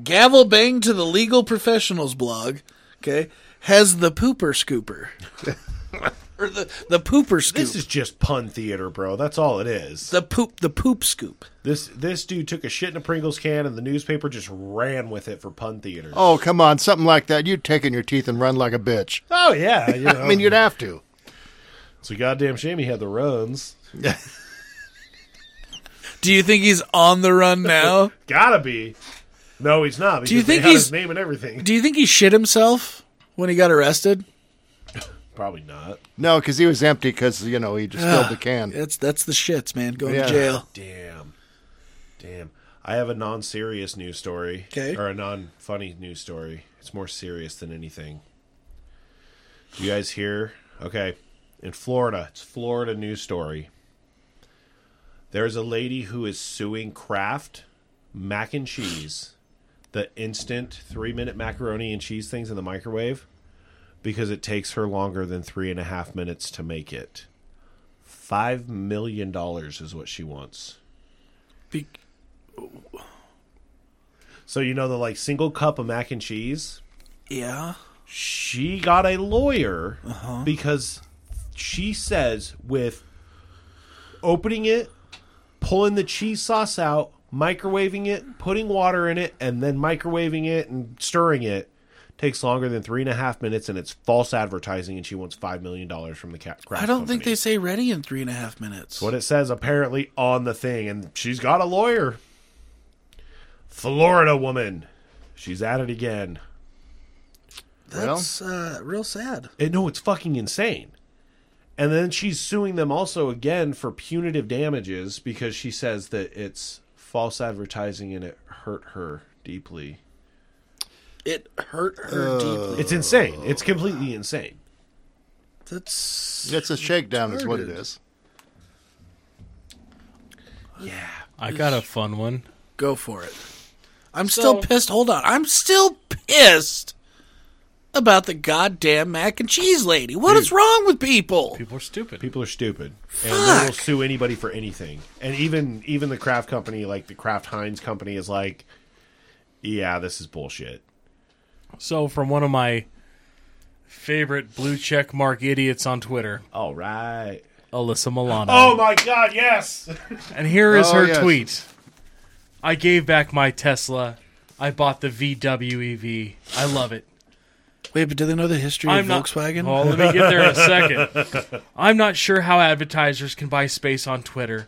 Speaker 1: gavel bang to the legal professionals blog. Okay, has the pooper scooper or the the pooper scoop.
Speaker 2: This is just pun theater, bro. That's all it is.
Speaker 1: the poop the poop scoop.
Speaker 2: This this dude took a shit in a Pringles can, and the newspaper just ran with it for pun theater.
Speaker 4: Oh, come on, something like that. You'd take in your teeth and run like a bitch.
Speaker 2: Oh, yeah, you know.
Speaker 4: I mean, you'd have to.
Speaker 2: it's a goddamn shame he had the runs.
Speaker 1: Do you think he's on the run now?
Speaker 2: Gotta be. No, he's not. Do
Speaker 1: you think
Speaker 2: had his
Speaker 1: he's-
Speaker 2: name and everything?
Speaker 1: Do you think he shit himself when he got arrested?
Speaker 2: Probably not.
Speaker 4: No, because he was empty. Because you know he just filled the can.
Speaker 1: That's that's the shits, man. Going
Speaker 4: Yeah.
Speaker 1: to jail.
Speaker 2: Damn. Damn. I have a non serious news story.
Speaker 1: 'Kay.
Speaker 2: Or a non funny news story. It's more serious than anything. Do you guys hear? Okay. In Florida, it's Florida news story. There's a lady who is suing Kraft mac and cheese, the instant three minute macaroni and cheese things in the microwave, because it takes her longer than three and a half minutes to make it. Five million dollars is what she wants.
Speaker 1: Be-
Speaker 2: So you know the like single cup of mac and cheese.
Speaker 1: yeah.
Speaker 2: She got a lawyer
Speaker 1: Uh-huh.
Speaker 2: because she says with opening it, pulling the cheese sauce out, microwaving it, putting water in it, and then microwaving it and stirring it takes longer than three and a half minutes, and it's false advertising. And she wants five million dollars from the cat.
Speaker 1: I don't think they say ready in three and a half minutes.
Speaker 2: what it says apparently on the thing, and she's got a lawyer. Florida woman, she's at it again.
Speaker 1: That's uh, real sad.
Speaker 2: And Eh, no, it's fucking insane. And then she's suing them also again for punitive damages because she says that it's false advertising and it hurt her deeply.
Speaker 1: It hurt her deeply.
Speaker 2: It's insane. It's completely insane.
Speaker 1: That's
Speaker 4: It's a shakedown, is what it is.
Speaker 3: I got a fun one.
Speaker 1: go for it. I'm still
Speaker 3: So-
Speaker 1: pissed. Hold on. I'm still pissed about the goddamn mac and cheese lady. What is wrong with people?
Speaker 3: People are stupid.
Speaker 2: People are stupid, and they will
Speaker 1: Fuck.
Speaker 2: sue anybody for anything. And even even the craft company, like the Kraft Heinz company, is like, yeah, this is bullshit.
Speaker 3: So, from one of my favorite blue check mark idiots on Twitter,
Speaker 2: All right.
Speaker 3: Alyssa Milano.
Speaker 2: Oh my god, yes.
Speaker 3: And here is
Speaker 4: Oh,
Speaker 3: her
Speaker 4: yes.
Speaker 3: tweet I gave back my Tesla. I bought the VW EV. I love it.
Speaker 1: Wait, but do they know the history
Speaker 3: I'm
Speaker 1: of
Speaker 3: not.
Speaker 1: Volkswagen?
Speaker 3: Oh, let me get there in a second. I'm not sure how advertisers can buy space on Twitter.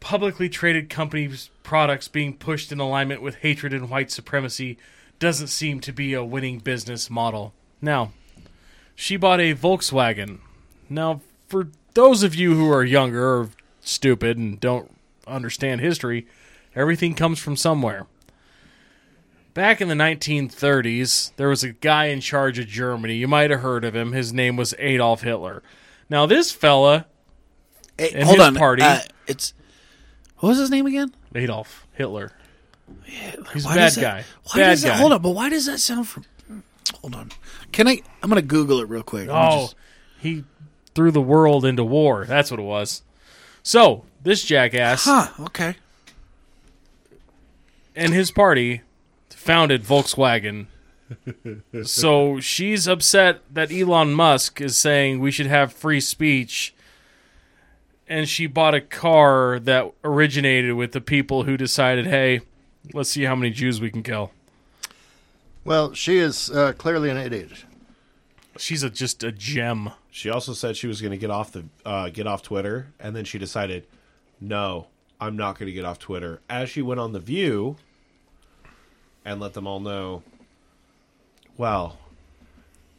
Speaker 3: Publicly traded companies' products being pushed in alignment with hatred and white supremacy doesn't seem to be a winning business model. Now, she bought a Volkswagen. Now, for those of you who are younger or stupid and don't understand history, everything comes from somewhere. Back in the 1930s, there was a guy in charge of Germany. You might have heard of him. His name was Adolf Hitler. Now, this fella,
Speaker 1: Hey,
Speaker 3: and
Speaker 1: hold
Speaker 3: his
Speaker 1: on.
Speaker 3: party.
Speaker 1: Uh, it's what was his name again?
Speaker 3: Adolf Hitler, he's a
Speaker 1: Why
Speaker 3: bad
Speaker 1: does that-
Speaker 3: guy.
Speaker 1: Why
Speaker 3: Bad
Speaker 1: does that,
Speaker 3: guy.
Speaker 1: Hold on, but why does that sound from? Hold on. Can I? I'm gonna Google it real quick. Let me
Speaker 3: Oh,
Speaker 1: just-
Speaker 3: he threw the world into war. That's what it was. So, this jackass
Speaker 1: huh. Okay.
Speaker 3: and his party founded Volkswagen. so she's upset that Elon Musk is saying we should have free speech. And she bought a car that originated with the people who decided, hey, let's see how many Jews we can kill.
Speaker 4: Well, she is uh, clearly an idiot.
Speaker 3: She's a, just a gem.
Speaker 2: She also said she was going to get off the uh, get off Twitter, and then she decided, no, I'm not going to get off Twitter. As she went on the View, and let them all know, well,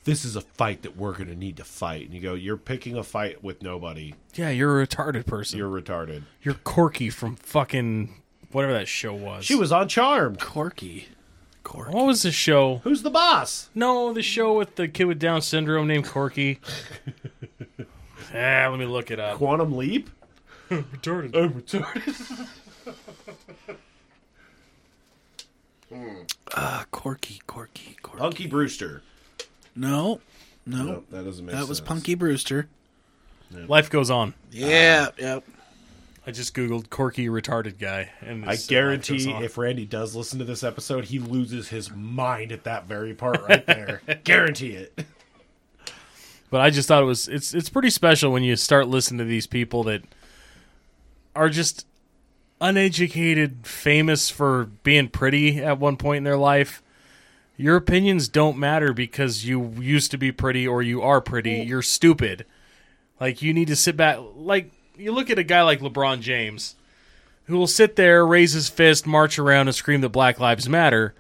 Speaker 2: this is a fight that we're going to need to fight. And you go, you're picking a fight with nobody.
Speaker 3: Yeah, you're a retarded person. You're,
Speaker 2: You're retarded.
Speaker 3: Corky from fucking whatever that show was.
Speaker 2: She was on Charmed.
Speaker 1: Corky. Corky.
Speaker 3: What was the show?
Speaker 2: Who's the boss?
Speaker 3: No, the show with the kid with Down syndrome named Corky. ah, let me look it up.
Speaker 2: Quantum Leap.
Speaker 3: Retarded.
Speaker 2: I'm retarded.
Speaker 1: Ah, Corky, Corky, Corky.
Speaker 2: Punky Brewster.
Speaker 1: No, no,
Speaker 2: No, that doesn't make
Speaker 1: that
Speaker 2: sense.
Speaker 1: was Punky Brewster.
Speaker 3: Life goes on.
Speaker 1: Uh, Yeah, yep.
Speaker 3: I just googled "corky retarded guy," and
Speaker 2: I
Speaker 3: it's, uh, Life Goes
Speaker 2: guarantee
Speaker 3: On.
Speaker 2: if Randy does listen to this episode, he loses his mind at that very part right there. guarantee it.
Speaker 3: But I just thought it was it's it's pretty special when you start listening to these people that are just uneducated, famous for being pretty at one point in their life. Your opinions don't matter because you used to be pretty or you are pretty. You're stupid. Like you need to sit back like you look at a guy like LeBron James who will sit there, raise his fist, march around and scream that Black Lives Matter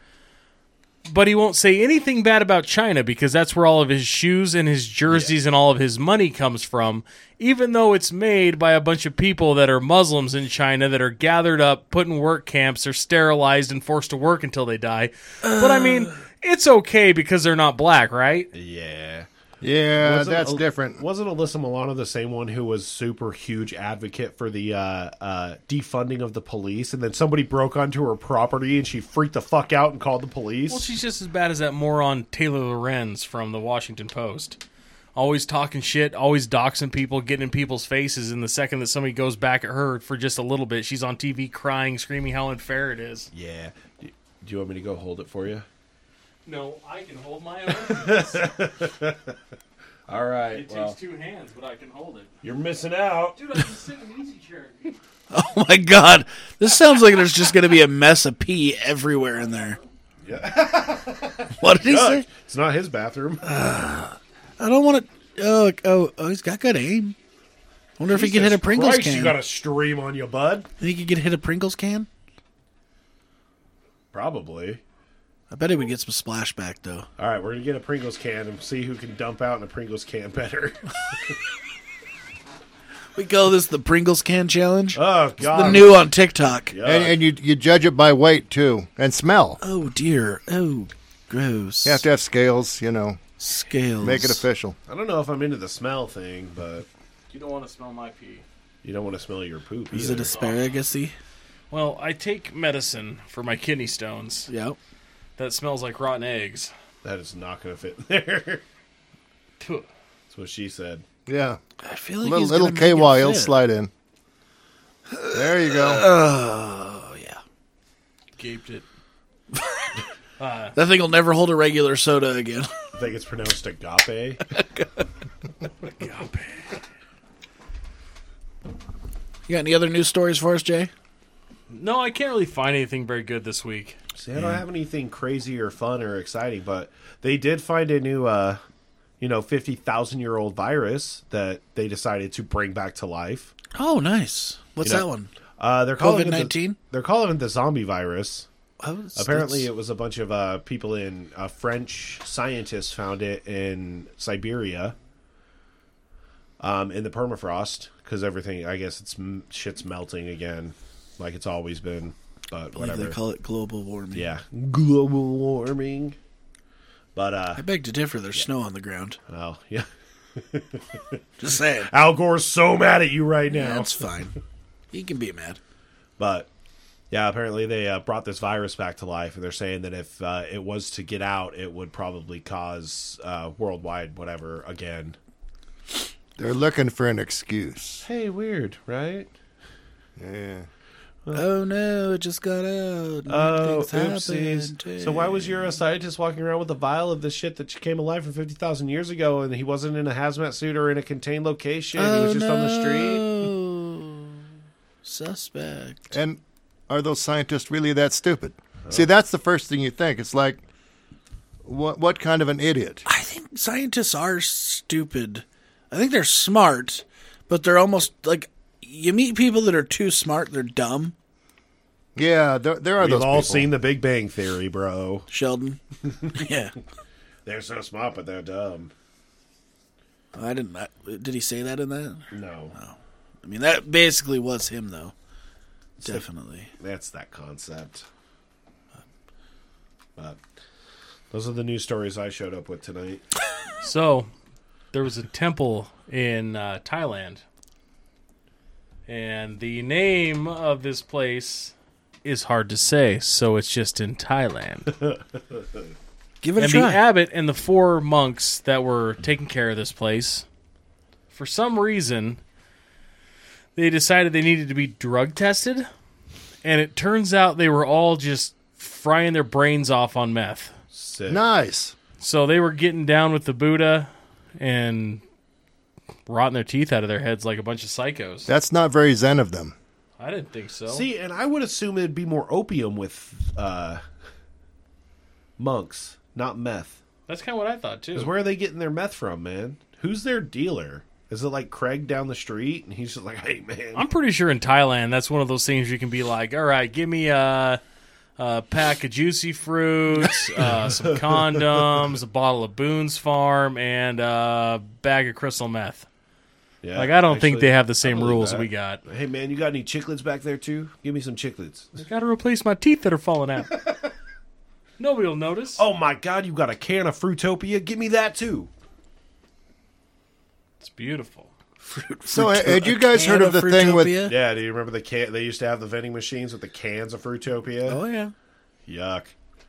Speaker 3: but he won't say anything bad about China because that's where all of his shoes and his jerseys and all of his money comes from, even though it's made by a bunch of people that are Muslims in China that are gathered up, put in work camps, they're sterilized and forced to work until they die. but I mean, it's okay because they're not black, right?
Speaker 2: Yeah.
Speaker 4: Yeah,
Speaker 2: Wasn't
Speaker 4: that's
Speaker 2: Al-
Speaker 4: different.
Speaker 2: Wasn't Alyssa Milano the same one who was super huge advocate for the uh, uh, defunding of the police, and then somebody broke onto her property and she freaked the fuck out and called the police?
Speaker 3: Well, she's just as bad as that moron Taylor Lorenz from the Washington Post. Always talking shit, always doxing people, getting in people's faces, and the second that somebody goes back at her for just a little bit, she's on TV crying, screaming how unfair it is.
Speaker 2: yeah. Do do you want me to go hold it for you?
Speaker 3: No, I can hold my own.
Speaker 2: All right.
Speaker 3: two hands, but I can hold it.
Speaker 2: you're missing out.
Speaker 3: Dude, I can sit in an easy chair.
Speaker 1: Oh my god, this sounds like there's just gonna be a mess of pee everywhere in there. what did he say?
Speaker 2: It's not his bathroom.
Speaker 1: I don't want to. Oh, oh, oh, he's got good aim. I wonder if he could hit a
Speaker 2: Jesus
Speaker 1: Pringles
Speaker 2: Christ,
Speaker 1: can.
Speaker 2: You got a stream on you, bud.
Speaker 1: Think he could hit a Pringles can?
Speaker 2: Probably.
Speaker 1: I bet he would get some splashback though.
Speaker 2: All right, we're gonna get a Pringles can and see who can dump out in a Pringles can better.
Speaker 1: We call this the Pringles can challenge.
Speaker 2: Oh God,
Speaker 1: the new on TikTok.
Speaker 4: And, and you you judge it by weight too, and smell.
Speaker 1: Oh dear. Oh, gross.
Speaker 4: You have to have scales, you know.
Speaker 1: Scales.
Speaker 4: Make it official.
Speaker 2: I don't know if I'm into the smell thing, but
Speaker 3: You don't want to smell my pee.
Speaker 2: you don't want to smell your poop.
Speaker 1: Is it
Speaker 2: either.
Speaker 1: asparagusy?
Speaker 3: Well, I take medicine for my kidney stones.
Speaker 1: Yep.
Speaker 3: That smells like rotten eggs.
Speaker 2: that is not gonna fit there. That's
Speaker 3: Phew.
Speaker 2: what she said.
Speaker 4: Yeah,
Speaker 1: I feel like
Speaker 4: little,
Speaker 1: he's
Speaker 4: little
Speaker 1: gonna make
Speaker 4: KY,
Speaker 1: it
Speaker 4: will
Speaker 1: fit.
Speaker 4: slide in. There you go.
Speaker 1: Oh yeah.
Speaker 3: Gaped it.
Speaker 1: That thing will never hold a regular soda again.
Speaker 2: I think it's pronounced agape.
Speaker 1: you got any other news stories for us, Jay?
Speaker 3: No, I can't really find anything very good this week.
Speaker 2: See, I don't have anything crazy or fun or exciting, but they did find a new, uh, you know, fifty thousand year old virus that they decided to bring back to life.
Speaker 1: Oh, nice. What's
Speaker 2: You know-
Speaker 1: that one?
Speaker 2: Uh, they're calling it the,
Speaker 1: COVID-19?
Speaker 2: They're calling it the zombie virus.
Speaker 1: Oh, it's-
Speaker 2: Apparently,
Speaker 1: it's-
Speaker 2: it was a bunch of uh, people in uh, French scientists found it in Siberia, um, in the permafrost because everything. I guess it's m- shit's melting again, like it's always been. But
Speaker 1: I believe
Speaker 2: whatever.
Speaker 1: they call it global warming.
Speaker 2: yeah, global warming. But uh,
Speaker 1: I beg to differ. There's snow on the ground.
Speaker 2: well, yeah.
Speaker 1: Just saying.
Speaker 2: Al Gore's so mad at you right now.
Speaker 1: That's fine. He can be mad.
Speaker 2: But yeah, apparently they uh, brought this virus back to life, and they're saying that if uh, it was to get out, it would probably cause uh, worldwide whatever again.
Speaker 4: They're looking for an excuse.
Speaker 2: Hey, weird, right?
Speaker 4: Yeah.
Speaker 1: Oh no! It just got out.
Speaker 2: Oh,
Speaker 1: Things
Speaker 2: oopsies.
Speaker 1: happened.
Speaker 2: So why was you a scientist walking around with a vial of the shit that came alive from fifty thousand years ago, and he wasn't in a hazmat suit or in a contained location? he
Speaker 1: Oh,
Speaker 2: was just on the street.
Speaker 1: street. Suspect.
Speaker 4: And are those scientists really that stupid? See, that's the first thing you think. It's like, what what kind of an idiot?
Speaker 1: I think scientists are stupid. I think they're smart, but they're almost like you meet people that are too smart. They're dumb.
Speaker 4: Yeah, there, there are
Speaker 2: We've
Speaker 4: those.
Speaker 2: all
Speaker 4: people.
Speaker 2: seen The Big Bang Theory, bro.
Speaker 1: Sheldon. yeah,
Speaker 2: They're so smart, but they're dumb.
Speaker 1: I didn't. I, did he say that in that?
Speaker 2: No,
Speaker 1: I mean, that basically was him, though. Definitely.
Speaker 2: that's that concept. But those are the news stories I showed up with tonight.
Speaker 3: So, there was a temple in uh, Thailand, and the name of this place is hard to say, so it's just in Thailand.
Speaker 1: Give it a
Speaker 3: and
Speaker 1: try.
Speaker 3: the abbot and the four monks that were taking care of this place, for some reason, they decided they needed to be drug tested, and it turns out they were all just frying their brains off on meth.
Speaker 2: Sick.
Speaker 4: Nice.
Speaker 3: So they were getting down with the Buddha and rotting their teeth out of their heads like a bunch of psychos.
Speaker 4: That's not very zen of them.
Speaker 3: I didn't think so.
Speaker 2: See, and I would assume it'd be more opium with uh, monks, not meth.
Speaker 3: That's kind of what I thought too.
Speaker 2: 'Cause where are they getting their meth from, man? Who's their dealer? Is it like Craig down the street, and he's just like, "Hey, man,
Speaker 3: I'm pretty sure in Thailand that's one of those things you can be like, all right, give me a, a pack of juicy fruits, uh, some condoms, a bottle of Boone's Farm, and a bag of crystal meth.
Speaker 2: Yeah,
Speaker 3: Like I don't think
Speaker 2: actually,
Speaker 3: they
Speaker 2: I
Speaker 3: have the same
Speaker 2: believe
Speaker 3: rules
Speaker 2: that.
Speaker 3: we got.
Speaker 2: Hey man, you got any chiclets back there too? Give me some chiclets.
Speaker 3: I got to replace my teeth that are falling out. Nobody will notice.
Speaker 2: Oh my god, you got a can of Fruitopia? Give me that too.
Speaker 3: it's beautiful.
Speaker 4: So,
Speaker 1: Fruit-
Speaker 4: had you
Speaker 1: a
Speaker 4: guys heard
Speaker 1: can
Speaker 4: of the thing with-
Speaker 1: Fruitopia?
Speaker 2: Yeah, do you remember the can? They used to have the vending machines with the cans of Fruitopia.
Speaker 1: Oh yeah.
Speaker 2: Yuck.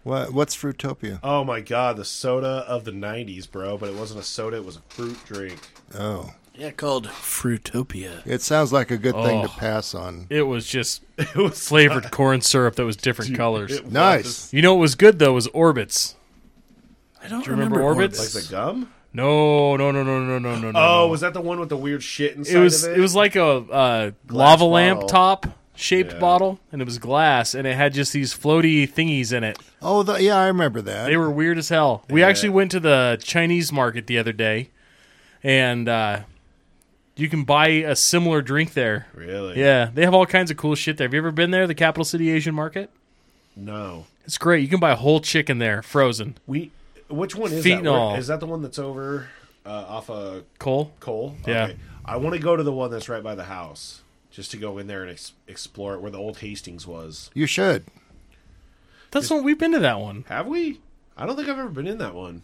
Speaker 4: What, what's Fruitopia?
Speaker 2: Oh my god, the soda of the '90s, bro. But it wasn't a soda; it was a fruit drink.
Speaker 4: Oh,
Speaker 1: Yeah, called Fruitopia.
Speaker 4: it sounds like a good thing to
Speaker 3: Oh.
Speaker 4: pass on.
Speaker 3: It was just
Speaker 2: It was
Speaker 3: flavored corn syrup that was different colors.
Speaker 2: It was
Speaker 4: Nice.
Speaker 3: you know what was good though was Orbits.
Speaker 1: I don't
Speaker 3: you remember Orbits?
Speaker 2: Like the gum?
Speaker 3: No, no, no, no, no, no, no, no.
Speaker 2: Oh,
Speaker 3: no.
Speaker 2: was that the one with the weird shit inside
Speaker 3: it was
Speaker 2: of
Speaker 3: it?
Speaker 2: it?
Speaker 3: was like a uh, lava lamp
Speaker 2: bottle.
Speaker 3: top shaped
Speaker 2: Yeah.
Speaker 3: bottle and it was glass and it had just these floaty thingies in it
Speaker 4: Oh, the, yeah, I remember that.
Speaker 3: they were weird as hell we actually went to the chinese market the other day and uh, you can buy a similar drink there
Speaker 2: really
Speaker 3: yeah they have all kinds of cool shit there have you ever been there the capital city asian market
Speaker 2: no.
Speaker 3: it's great you can buy a whole chicken there frozen
Speaker 2: We which one is that?
Speaker 3: Phenol.
Speaker 2: Where- Is that the one that's over uh, off of
Speaker 3: cole
Speaker 2: Cole?
Speaker 3: Yeah.
Speaker 2: I want to go to the one that's right by the house just to go in there and ex- explore it where the old Hastings was.
Speaker 4: you should.
Speaker 3: that's one we've been to that one.
Speaker 2: Have we? I don't think I've ever been in that one.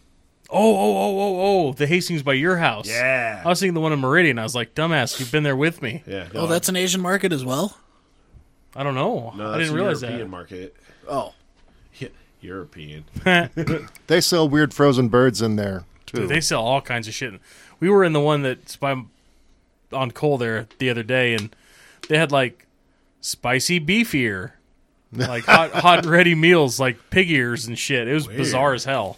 Speaker 3: Oh, oh, oh, oh, oh! The Hastings by your house.
Speaker 2: Yeah.
Speaker 3: I was thinking the one in Meridian. I was like, dumbass, you've been there with me.
Speaker 2: Yeah.
Speaker 1: Oh, that's an Asian market as well.
Speaker 3: I don't know.
Speaker 2: no,
Speaker 3: I
Speaker 2: that's
Speaker 3: didn't
Speaker 2: a
Speaker 3: realize
Speaker 2: European
Speaker 3: that.
Speaker 2: market.
Speaker 1: Oh,
Speaker 2: Yeah, European.
Speaker 4: They sell weird frozen birds in there too.
Speaker 3: Dude, they sell all kinds of shit. We were in the one that's by on Cole there the other day, and they had like spicy beef ear, like hot, hot and ready meals, like pig ears and shit. It was bizarre as hell.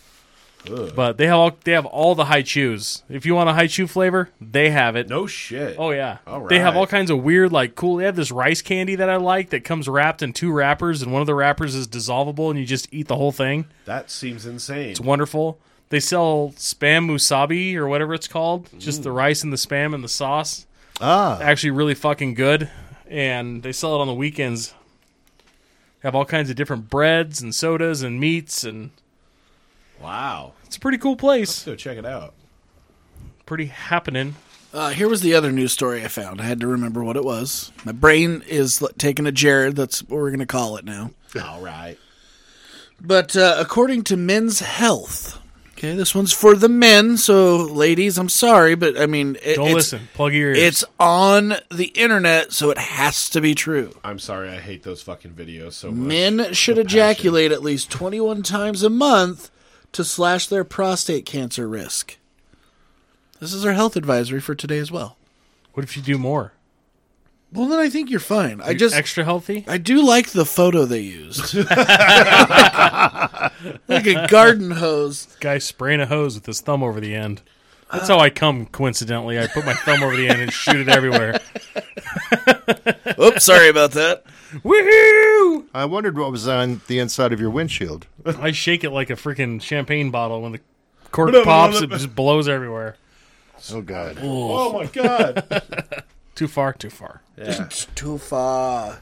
Speaker 3: But they have all they have all the high chews. If you want a high chew flavor, they have it.
Speaker 2: No shit.
Speaker 3: Oh yeah,
Speaker 2: All
Speaker 3: they have
Speaker 2: right.
Speaker 3: all kinds of weird, like cool. They have this rice candy that I like that comes wrapped in two wrappers, and one of the wrappers is dissolvable, and you just eat the whole thing.
Speaker 2: That seems insane.
Speaker 3: It's wonderful. They sell spam musabi or whatever it's called, just
Speaker 1: Mm.
Speaker 3: the rice and the spam and the sauce.
Speaker 4: ah,
Speaker 3: Actually, really fucking good. And they sell it on the weekends. Have all kinds of different breads and sodas and meats, and
Speaker 2: Wow.
Speaker 3: it's a pretty cool place.
Speaker 2: Let's go check it out.
Speaker 3: Pretty happening.
Speaker 1: uh, here was the other news story I found. I had to remember what it was. My brain is l- taking a Jared. That's what we're going to call it now.
Speaker 2: All right.
Speaker 1: But uh, according to Men's Health, okay, this one's for the men. So, ladies, I'm sorry, but I mean, it,
Speaker 3: Don't
Speaker 1: it's,
Speaker 3: listen. Plug your ears.
Speaker 1: It's on the internet, so it has to be true.
Speaker 2: I'm sorry. I hate those fucking videos so much.
Speaker 1: Men should ejaculate at least 21 times a month to slash their prostate cancer risk. This is our health advisory for today as well.
Speaker 3: what if you do more?
Speaker 1: Well, then I think you're fine. I just
Speaker 3: extra healthy.
Speaker 1: I do like the photo they used. like a garden hose.
Speaker 3: Guy spraying a hose with his thumb over the end. That's how I come. Coincidentally, I put my thumb over the end and shoot it everywhere.
Speaker 1: Oops, sorry about that.
Speaker 3: Woohoo!
Speaker 4: I wondered what was on the inside of your windshield.
Speaker 3: I shake it like a freaking champagne bottle. When the cork pops, it just blows everywhere.
Speaker 4: Oh God.
Speaker 2: Oh my god.
Speaker 3: Too far, too far.
Speaker 2: yeah.
Speaker 1: It's too far.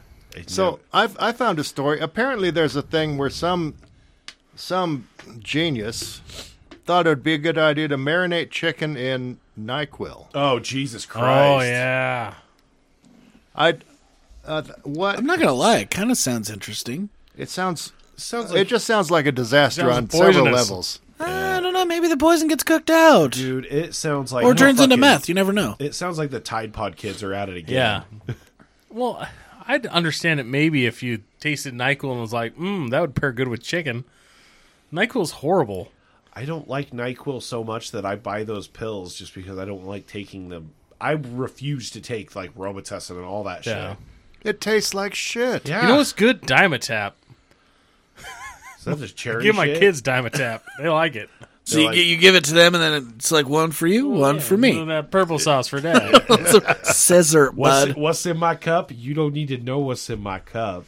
Speaker 4: So I've I found a story. Apparently, there's a thing where some some genius thought it would be a good idea to marinate chicken in Nyquil.
Speaker 2: Oh Jesus Christ.
Speaker 3: Oh yeah.
Speaker 4: I uh, th- what?
Speaker 1: I'm not going to lie, it kind of sounds interesting.
Speaker 4: It sounds
Speaker 2: Sounds like
Speaker 4: it just sounds like a disaster
Speaker 3: Sounds
Speaker 4: on several
Speaker 3: poisonous.
Speaker 4: levels.
Speaker 1: I don't know, maybe the poison gets cooked out
Speaker 2: dude. It sounds like
Speaker 1: or turns into
Speaker 2: fucking-
Speaker 1: meth. You never know.
Speaker 2: It sounds like the Tide Pod kids are at it again.
Speaker 3: Yeah. well, I'd understand it maybe if you tasted Nyquil and was like, "Mmm, that would pair good with chicken." Nyquil's horrible.
Speaker 2: I don't like NyQuil so much that I buy those pills just because I don't like taking them. I refuse to take like Robitussin and all that
Speaker 3: Yeah.
Speaker 2: shit.
Speaker 4: It tastes like shit.
Speaker 2: Yeah.
Speaker 3: You know what's good? Dimetap.
Speaker 2: Is that just cherry
Speaker 3: Give my
Speaker 2: shit?
Speaker 3: kids Dimetap. They like it.
Speaker 1: So you,
Speaker 2: like-
Speaker 1: gi- you give it to them, and then it's like one for you,
Speaker 3: Oh,
Speaker 1: one for me.
Speaker 3: That purple sauce for dad.
Speaker 1: So, scissor,
Speaker 2: What's,
Speaker 1: bud.
Speaker 2: what's in my cup? You don't need to know what's in my cup.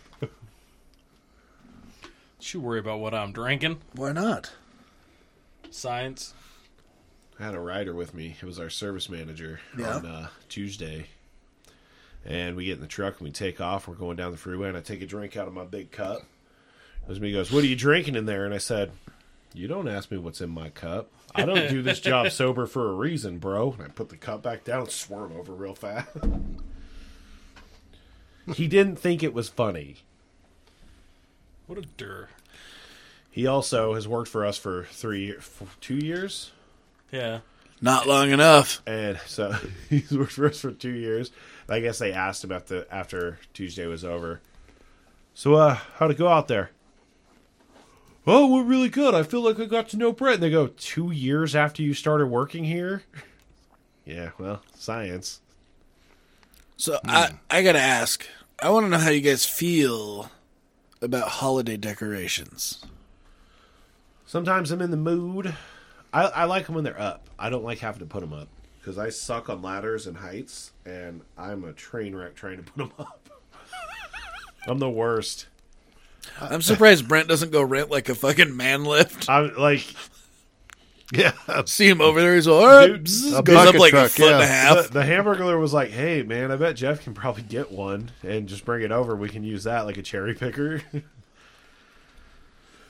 Speaker 3: Should worry about what I'm drinking.
Speaker 1: Why not?
Speaker 3: Science.
Speaker 2: I had a rider with me. It was our service manager
Speaker 1: Yeah.
Speaker 2: on uh, Tuesday. And we get in the truck and we take off. We're going down the freeway, and I take a drink out of my big cup. As me goes, "What are you drinking in there?" And I said, "You don't ask me what's in my cup. I don't do this job sober for a reason, bro." And I put the cup back down, and swirl over real fast. he didn't think it was funny.
Speaker 3: What a dir.
Speaker 2: He also has worked for us for three, for two years.
Speaker 3: Yeah.
Speaker 1: Not long enough.
Speaker 2: and so he's worked for us for two years. I guess they asked him after after Tuesday was over. So, uh, how'd it go out there? Oh, we're really good. I feel like I got to know Brett. And they go two years after you started working here. yeah, well, science.
Speaker 1: So
Speaker 4: Hmm.
Speaker 1: I, I gotta ask. I want to know how you guys feel about holiday decorations.
Speaker 2: Sometimes I'm in the mood. I, I like them when they're up. I don't like having to put them up because I suck on ladders and heights, and I'm a train wreck trying to put them up. I'm the worst.
Speaker 4: Uh,
Speaker 1: I'm surprised Brent doesn't go rent like a fucking man lift.
Speaker 2: I'm like
Speaker 4: Yeah.
Speaker 1: See him over there. He's all, all right.
Speaker 2: Dude,
Speaker 1: bzzz,
Speaker 2: a
Speaker 1: goes up
Speaker 4: bucket
Speaker 1: like a
Speaker 4: truck,
Speaker 1: foot and a
Speaker 4: yeah.
Speaker 1: half.
Speaker 2: The, the hamburger was like, "Hey, man, I bet Jeff can probably get one and just bring it over. We can use that like a cherry picker."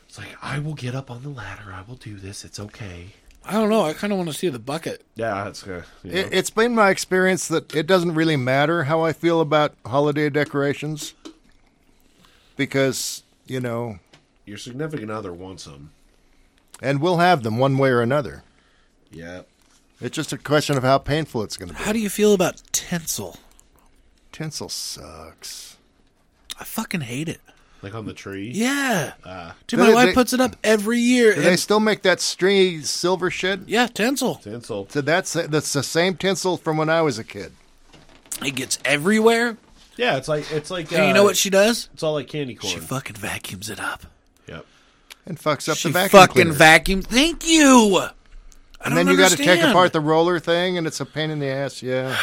Speaker 2: it's like I will get up on the ladder. I will do this. It's okay.
Speaker 1: I don't know. I kind of want to see the bucket.
Speaker 2: Yeah, it's good. You know.
Speaker 4: It, it's been my experience that it doesn't really matter how I feel about holiday decorations because, you know,
Speaker 2: Your significant other wants them.
Speaker 4: and we'll have them one way or another.
Speaker 2: Yeah.
Speaker 4: It's just a question of how painful it's going to be.
Speaker 1: How do you feel about tinsel?
Speaker 4: Tinsel sucks.
Speaker 1: I fucking hate it.
Speaker 2: Like on the tree.
Speaker 1: Yeah. Dude,
Speaker 4: Uh, They-
Speaker 1: my wife
Speaker 4: they-
Speaker 1: puts it up every year.
Speaker 4: Do they
Speaker 1: and-
Speaker 4: still make that stringy silver shit?
Speaker 1: yeah, tinsel.
Speaker 2: Tinsel.
Speaker 4: So that's that's the same tinsel from when I was a kid.
Speaker 1: It gets everywhere.
Speaker 2: Yeah, it's like it's like.
Speaker 1: And you
Speaker 2: uh,
Speaker 1: know what she does?
Speaker 2: It's all like candy
Speaker 1: She
Speaker 2: corn.
Speaker 1: fucking vacuums it up.
Speaker 2: yep.
Speaker 4: and fucks up
Speaker 1: She
Speaker 4: the vacuum
Speaker 1: fucking
Speaker 4: cleaner.
Speaker 1: vacuums. Thank you.
Speaker 4: and then you got to take apart the roller thing, and it's a pain in the ass. Yeah,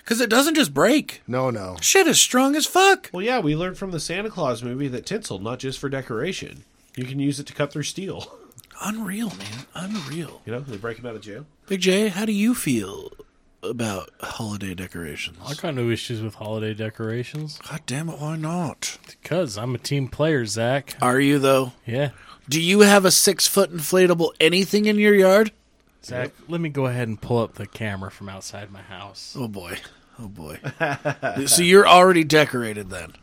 Speaker 1: because it doesn't just break.
Speaker 4: no, no.
Speaker 1: Shit is strong as fuck.
Speaker 2: Well, yeah, we learned from the Santa Claus movie that tinsel not just for decoration. You can use it to cut through steel.
Speaker 1: Unreal, man. Unreal.
Speaker 2: You know, they break him out of jail.
Speaker 1: Big J, how do you feel about holiday decorations?
Speaker 3: I got no issues with holiday decorations
Speaker 1: God damn it, why not?
Speaker 3: because I'm a team player, Zach.
Speaker 1: Are you though?
Speaker 3: Yeah.
Speaker 1: Do you have a six foot inflatable anything in your yard?
Speaker 3: Zach, let me go ahead and pull up the camera from outside my house.
Speaker 1: Oh boy. Oh boy. so you're already decorated then.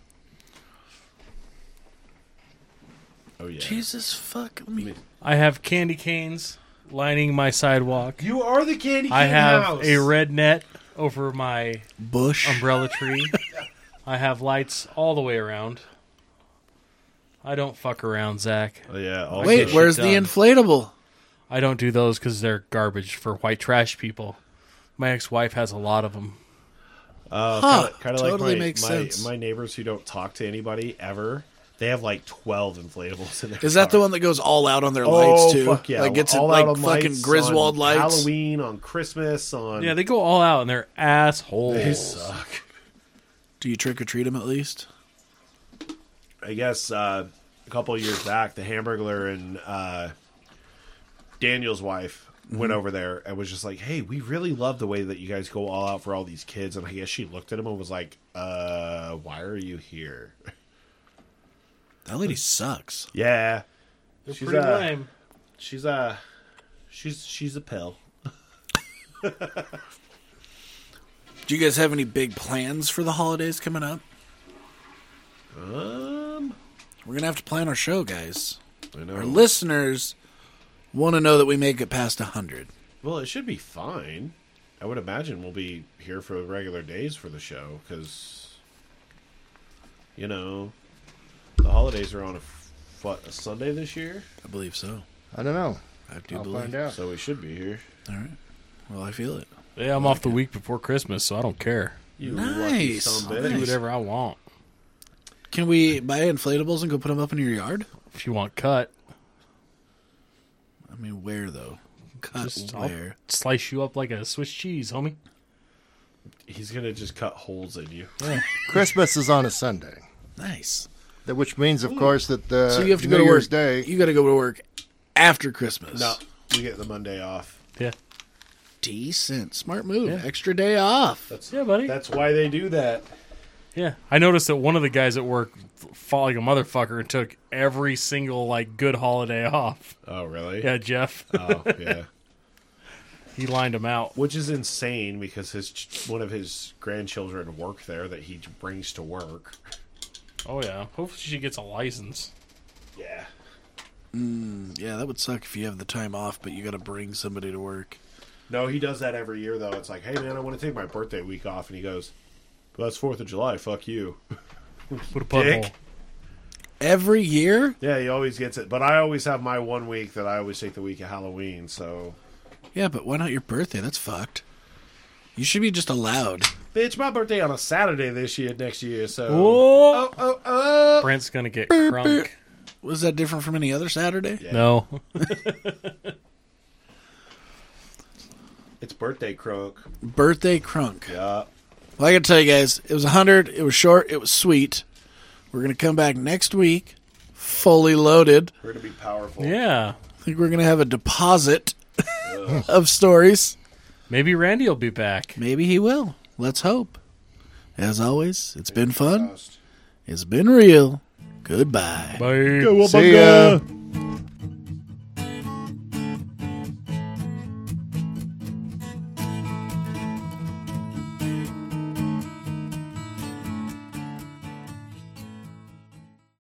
Speaker 2: Oh yeah.
Speaker 1: Jesus fuck let me.
Speaker 3: I have candy canes lining my sidewalk.
Speaker 2: You are the candy cane
Speaker 3: I have
Speaker 2: house.
Speaker 3: a red net over my
Speaker 1: Bush.
Speaker 3: umbrella tree. I have lights all the way around. I don't fuck around, Zach.
Speaker 2: Oh, yeah. all
Speaker 1: Wait,
Speaker 2: good.
Speaker 3: where-
Speaker 1: where's the
Speaker 3: done.
Speaker 1: inflatable?
Speaker 3: I don't do those because they're garbage for white trash people. My ex-wife has a lot of them.
Speaker 1: Huh,
Speaker 2: Kind of
Speaker 1: totally
Speaker 2: like my,
Speaker 1: makes
Speaker 2: my,
Speaker 1: sense.
Speaker 2: my neighbors who don't talk to anybody ever. They have like twelve inflatables in their.
Speaker 1: Is that the
Speaker 2: car.
Speaker 1: one that goes all out on their
Speaker 2: oh
Speaker 1: lights too?
Speaker 2: fuck yeah!
Speaker 1: Like gets
Speaker 2: all
Speaker 1: it like
Speaker 2: out on
Speaker 1: fucking
Speaker 2: lights,
Speaker 1: Griswold
Speaker 2: on
Speaker 1: lights.
Speaker 2: Halloween on Christmas on.
Speaker 3: Yeah, they go all out and they're assholes.
Speaker 2: they suck.
Speaker 1: Do you trick or treat them at least?
Speaker 2: I guess uh, a couple of years back, the Hamburglar and uh, Daniel's wife
Speaker 1: Mm-hmm.
Speaker 2: went over there and was just like, "Hey, we really love the way that you guys go all out for all these kids." And I guess she looked at him and was like, "Uh, why are you here?"
Speaker 1: That lady sucks.
Speaker 2: Yeah,
Speaker 3: They're
Speaker 2: She's,
Speaker 3: pretty
Speaker 2: uh,
Speaker 3: lame.
Speaker 2: She's a she's she's a pill.
Speaker 1: Do you guys have any big plans for the holidays coming up?
Speaker 2: Um,
Speaker 1: We're gonna have to plan our show, guys.
Speaker 2: I know.
Speaker 1: Our listeners want to know that we make it past hundred.
Speaker 2: well, it should be fine. I would imagine we'll be here for regular days for the show because You know, the holidays are on a, f- what, a Sunday this year,
Speaker 1: I believe so.
Speaker 4: I don't know.
Speaker 1: I do
Speaker 4: I'll
Speaker 1: believe.
Speaker 4: find out.
Speaker 2: so we should be here.
Speaker 1: All right. Well, I feel it.
Speaker 3: Yeah, I'm off the week before Christmas, so I don't care.
Speaker 2: You
Speaker 1: Nice.
Speaker 2: son
Speaker 3: Do
Speaker 1: Nice.
Speaker 3: whatever I want.
Speaker 1: Can we buy inflatables and go put them up in your yard?
Speaker 3: If you want cut,
Speaker 1: I mean, where though? Cut
Speaker 3: just I'll
Speaker 1: where?
Speaker 3: slice you up like a Swiss cheese, homie.
Speaker 2: He's gonna just cut holes in you.
Speaker 4: Christmas is on a Sunday,
Speaker 1: Nice.
Speaker 4: that- which means, of course, that the
Speaker 1: So you have to
Speaker 4: New
Speaker 1: go to
Speaker 4: Year's
Speaker 1: work.
Speaker 4: Day.
Speaker 1: You got to go to work after Christmas.
Speaker 2: No, we get the Monday off.
Speaker 3: Yeah,
Speaker 1: Decent, smart move. Extra day off.
Speaker 2: That's
Speaker 3: Yeah, buddy.
Speaker 2: That's why they do that.
Speaker 3: yeah. I noticed that one of the guys at work f- fought like a motherfucker and took every single like good holiday off.
Speaker 2: Oh, really?
Speaker 3: Yeah, Jeff.
Speaker 2: Oh, yeah.
Speaker 3: he lined him out.
Speaker 2: Which is insane because his ch- one of his grandchildren work there that he brings to work.
Speaker 3: Oh yeah. Hopefully she gets a license.
Speaker 2: Yeah.
Speaker 1: Yeah, that would suck if you have the time off, but you got to bring somebody to work.
Speaker 2: No, he does that every year though. It's like, hey man, I want to take my birthday week off, and he goes, "Well, that's Fourth of July. Fuck you."
Speaker 3: Put a
Speaker 2: Dick.
Speaker 3: butthole.
Speaker 1: Every year?
Speaker 2: Yeah, he always gets it. But I always have my one week that I always take the week of Halloween. So,
Speaker 1: Yeah, but why not your birthday? That's fucked. You should be just allowed.
Speaker 2: bitch, my birthday on a Saturday this year, next year. So,
Speaker 3: Oh.
Speaker 2: oh, oh, oh.
Speaker 3: Brent's gonna get crunk.
Speaker 1: Was that different from any other Saturday?
Speaker 2: Yeah.
Speaker 3: No.
Speaker 2: it's birthday croak.
Speaker 1: Birthday crunk.
Speaker 2: Yeah,
Speaker 1: Well, I got to tell you guys, it was 100. It was short. It was sweet. We're going to come back next week fully loaded.
Speaker 2: we're gonna be powerful.
Speaker 3: yeah.
Speaker 1: I think we're going to have a deposit of stories.
Speaker 3: Maybe Randy will be back.
Speaker 1: Maybe he will. Let's hope. As always, it's been fun. It's been real. Goodbye.
Speaker 3: Bye.
Speaker 4: See ya.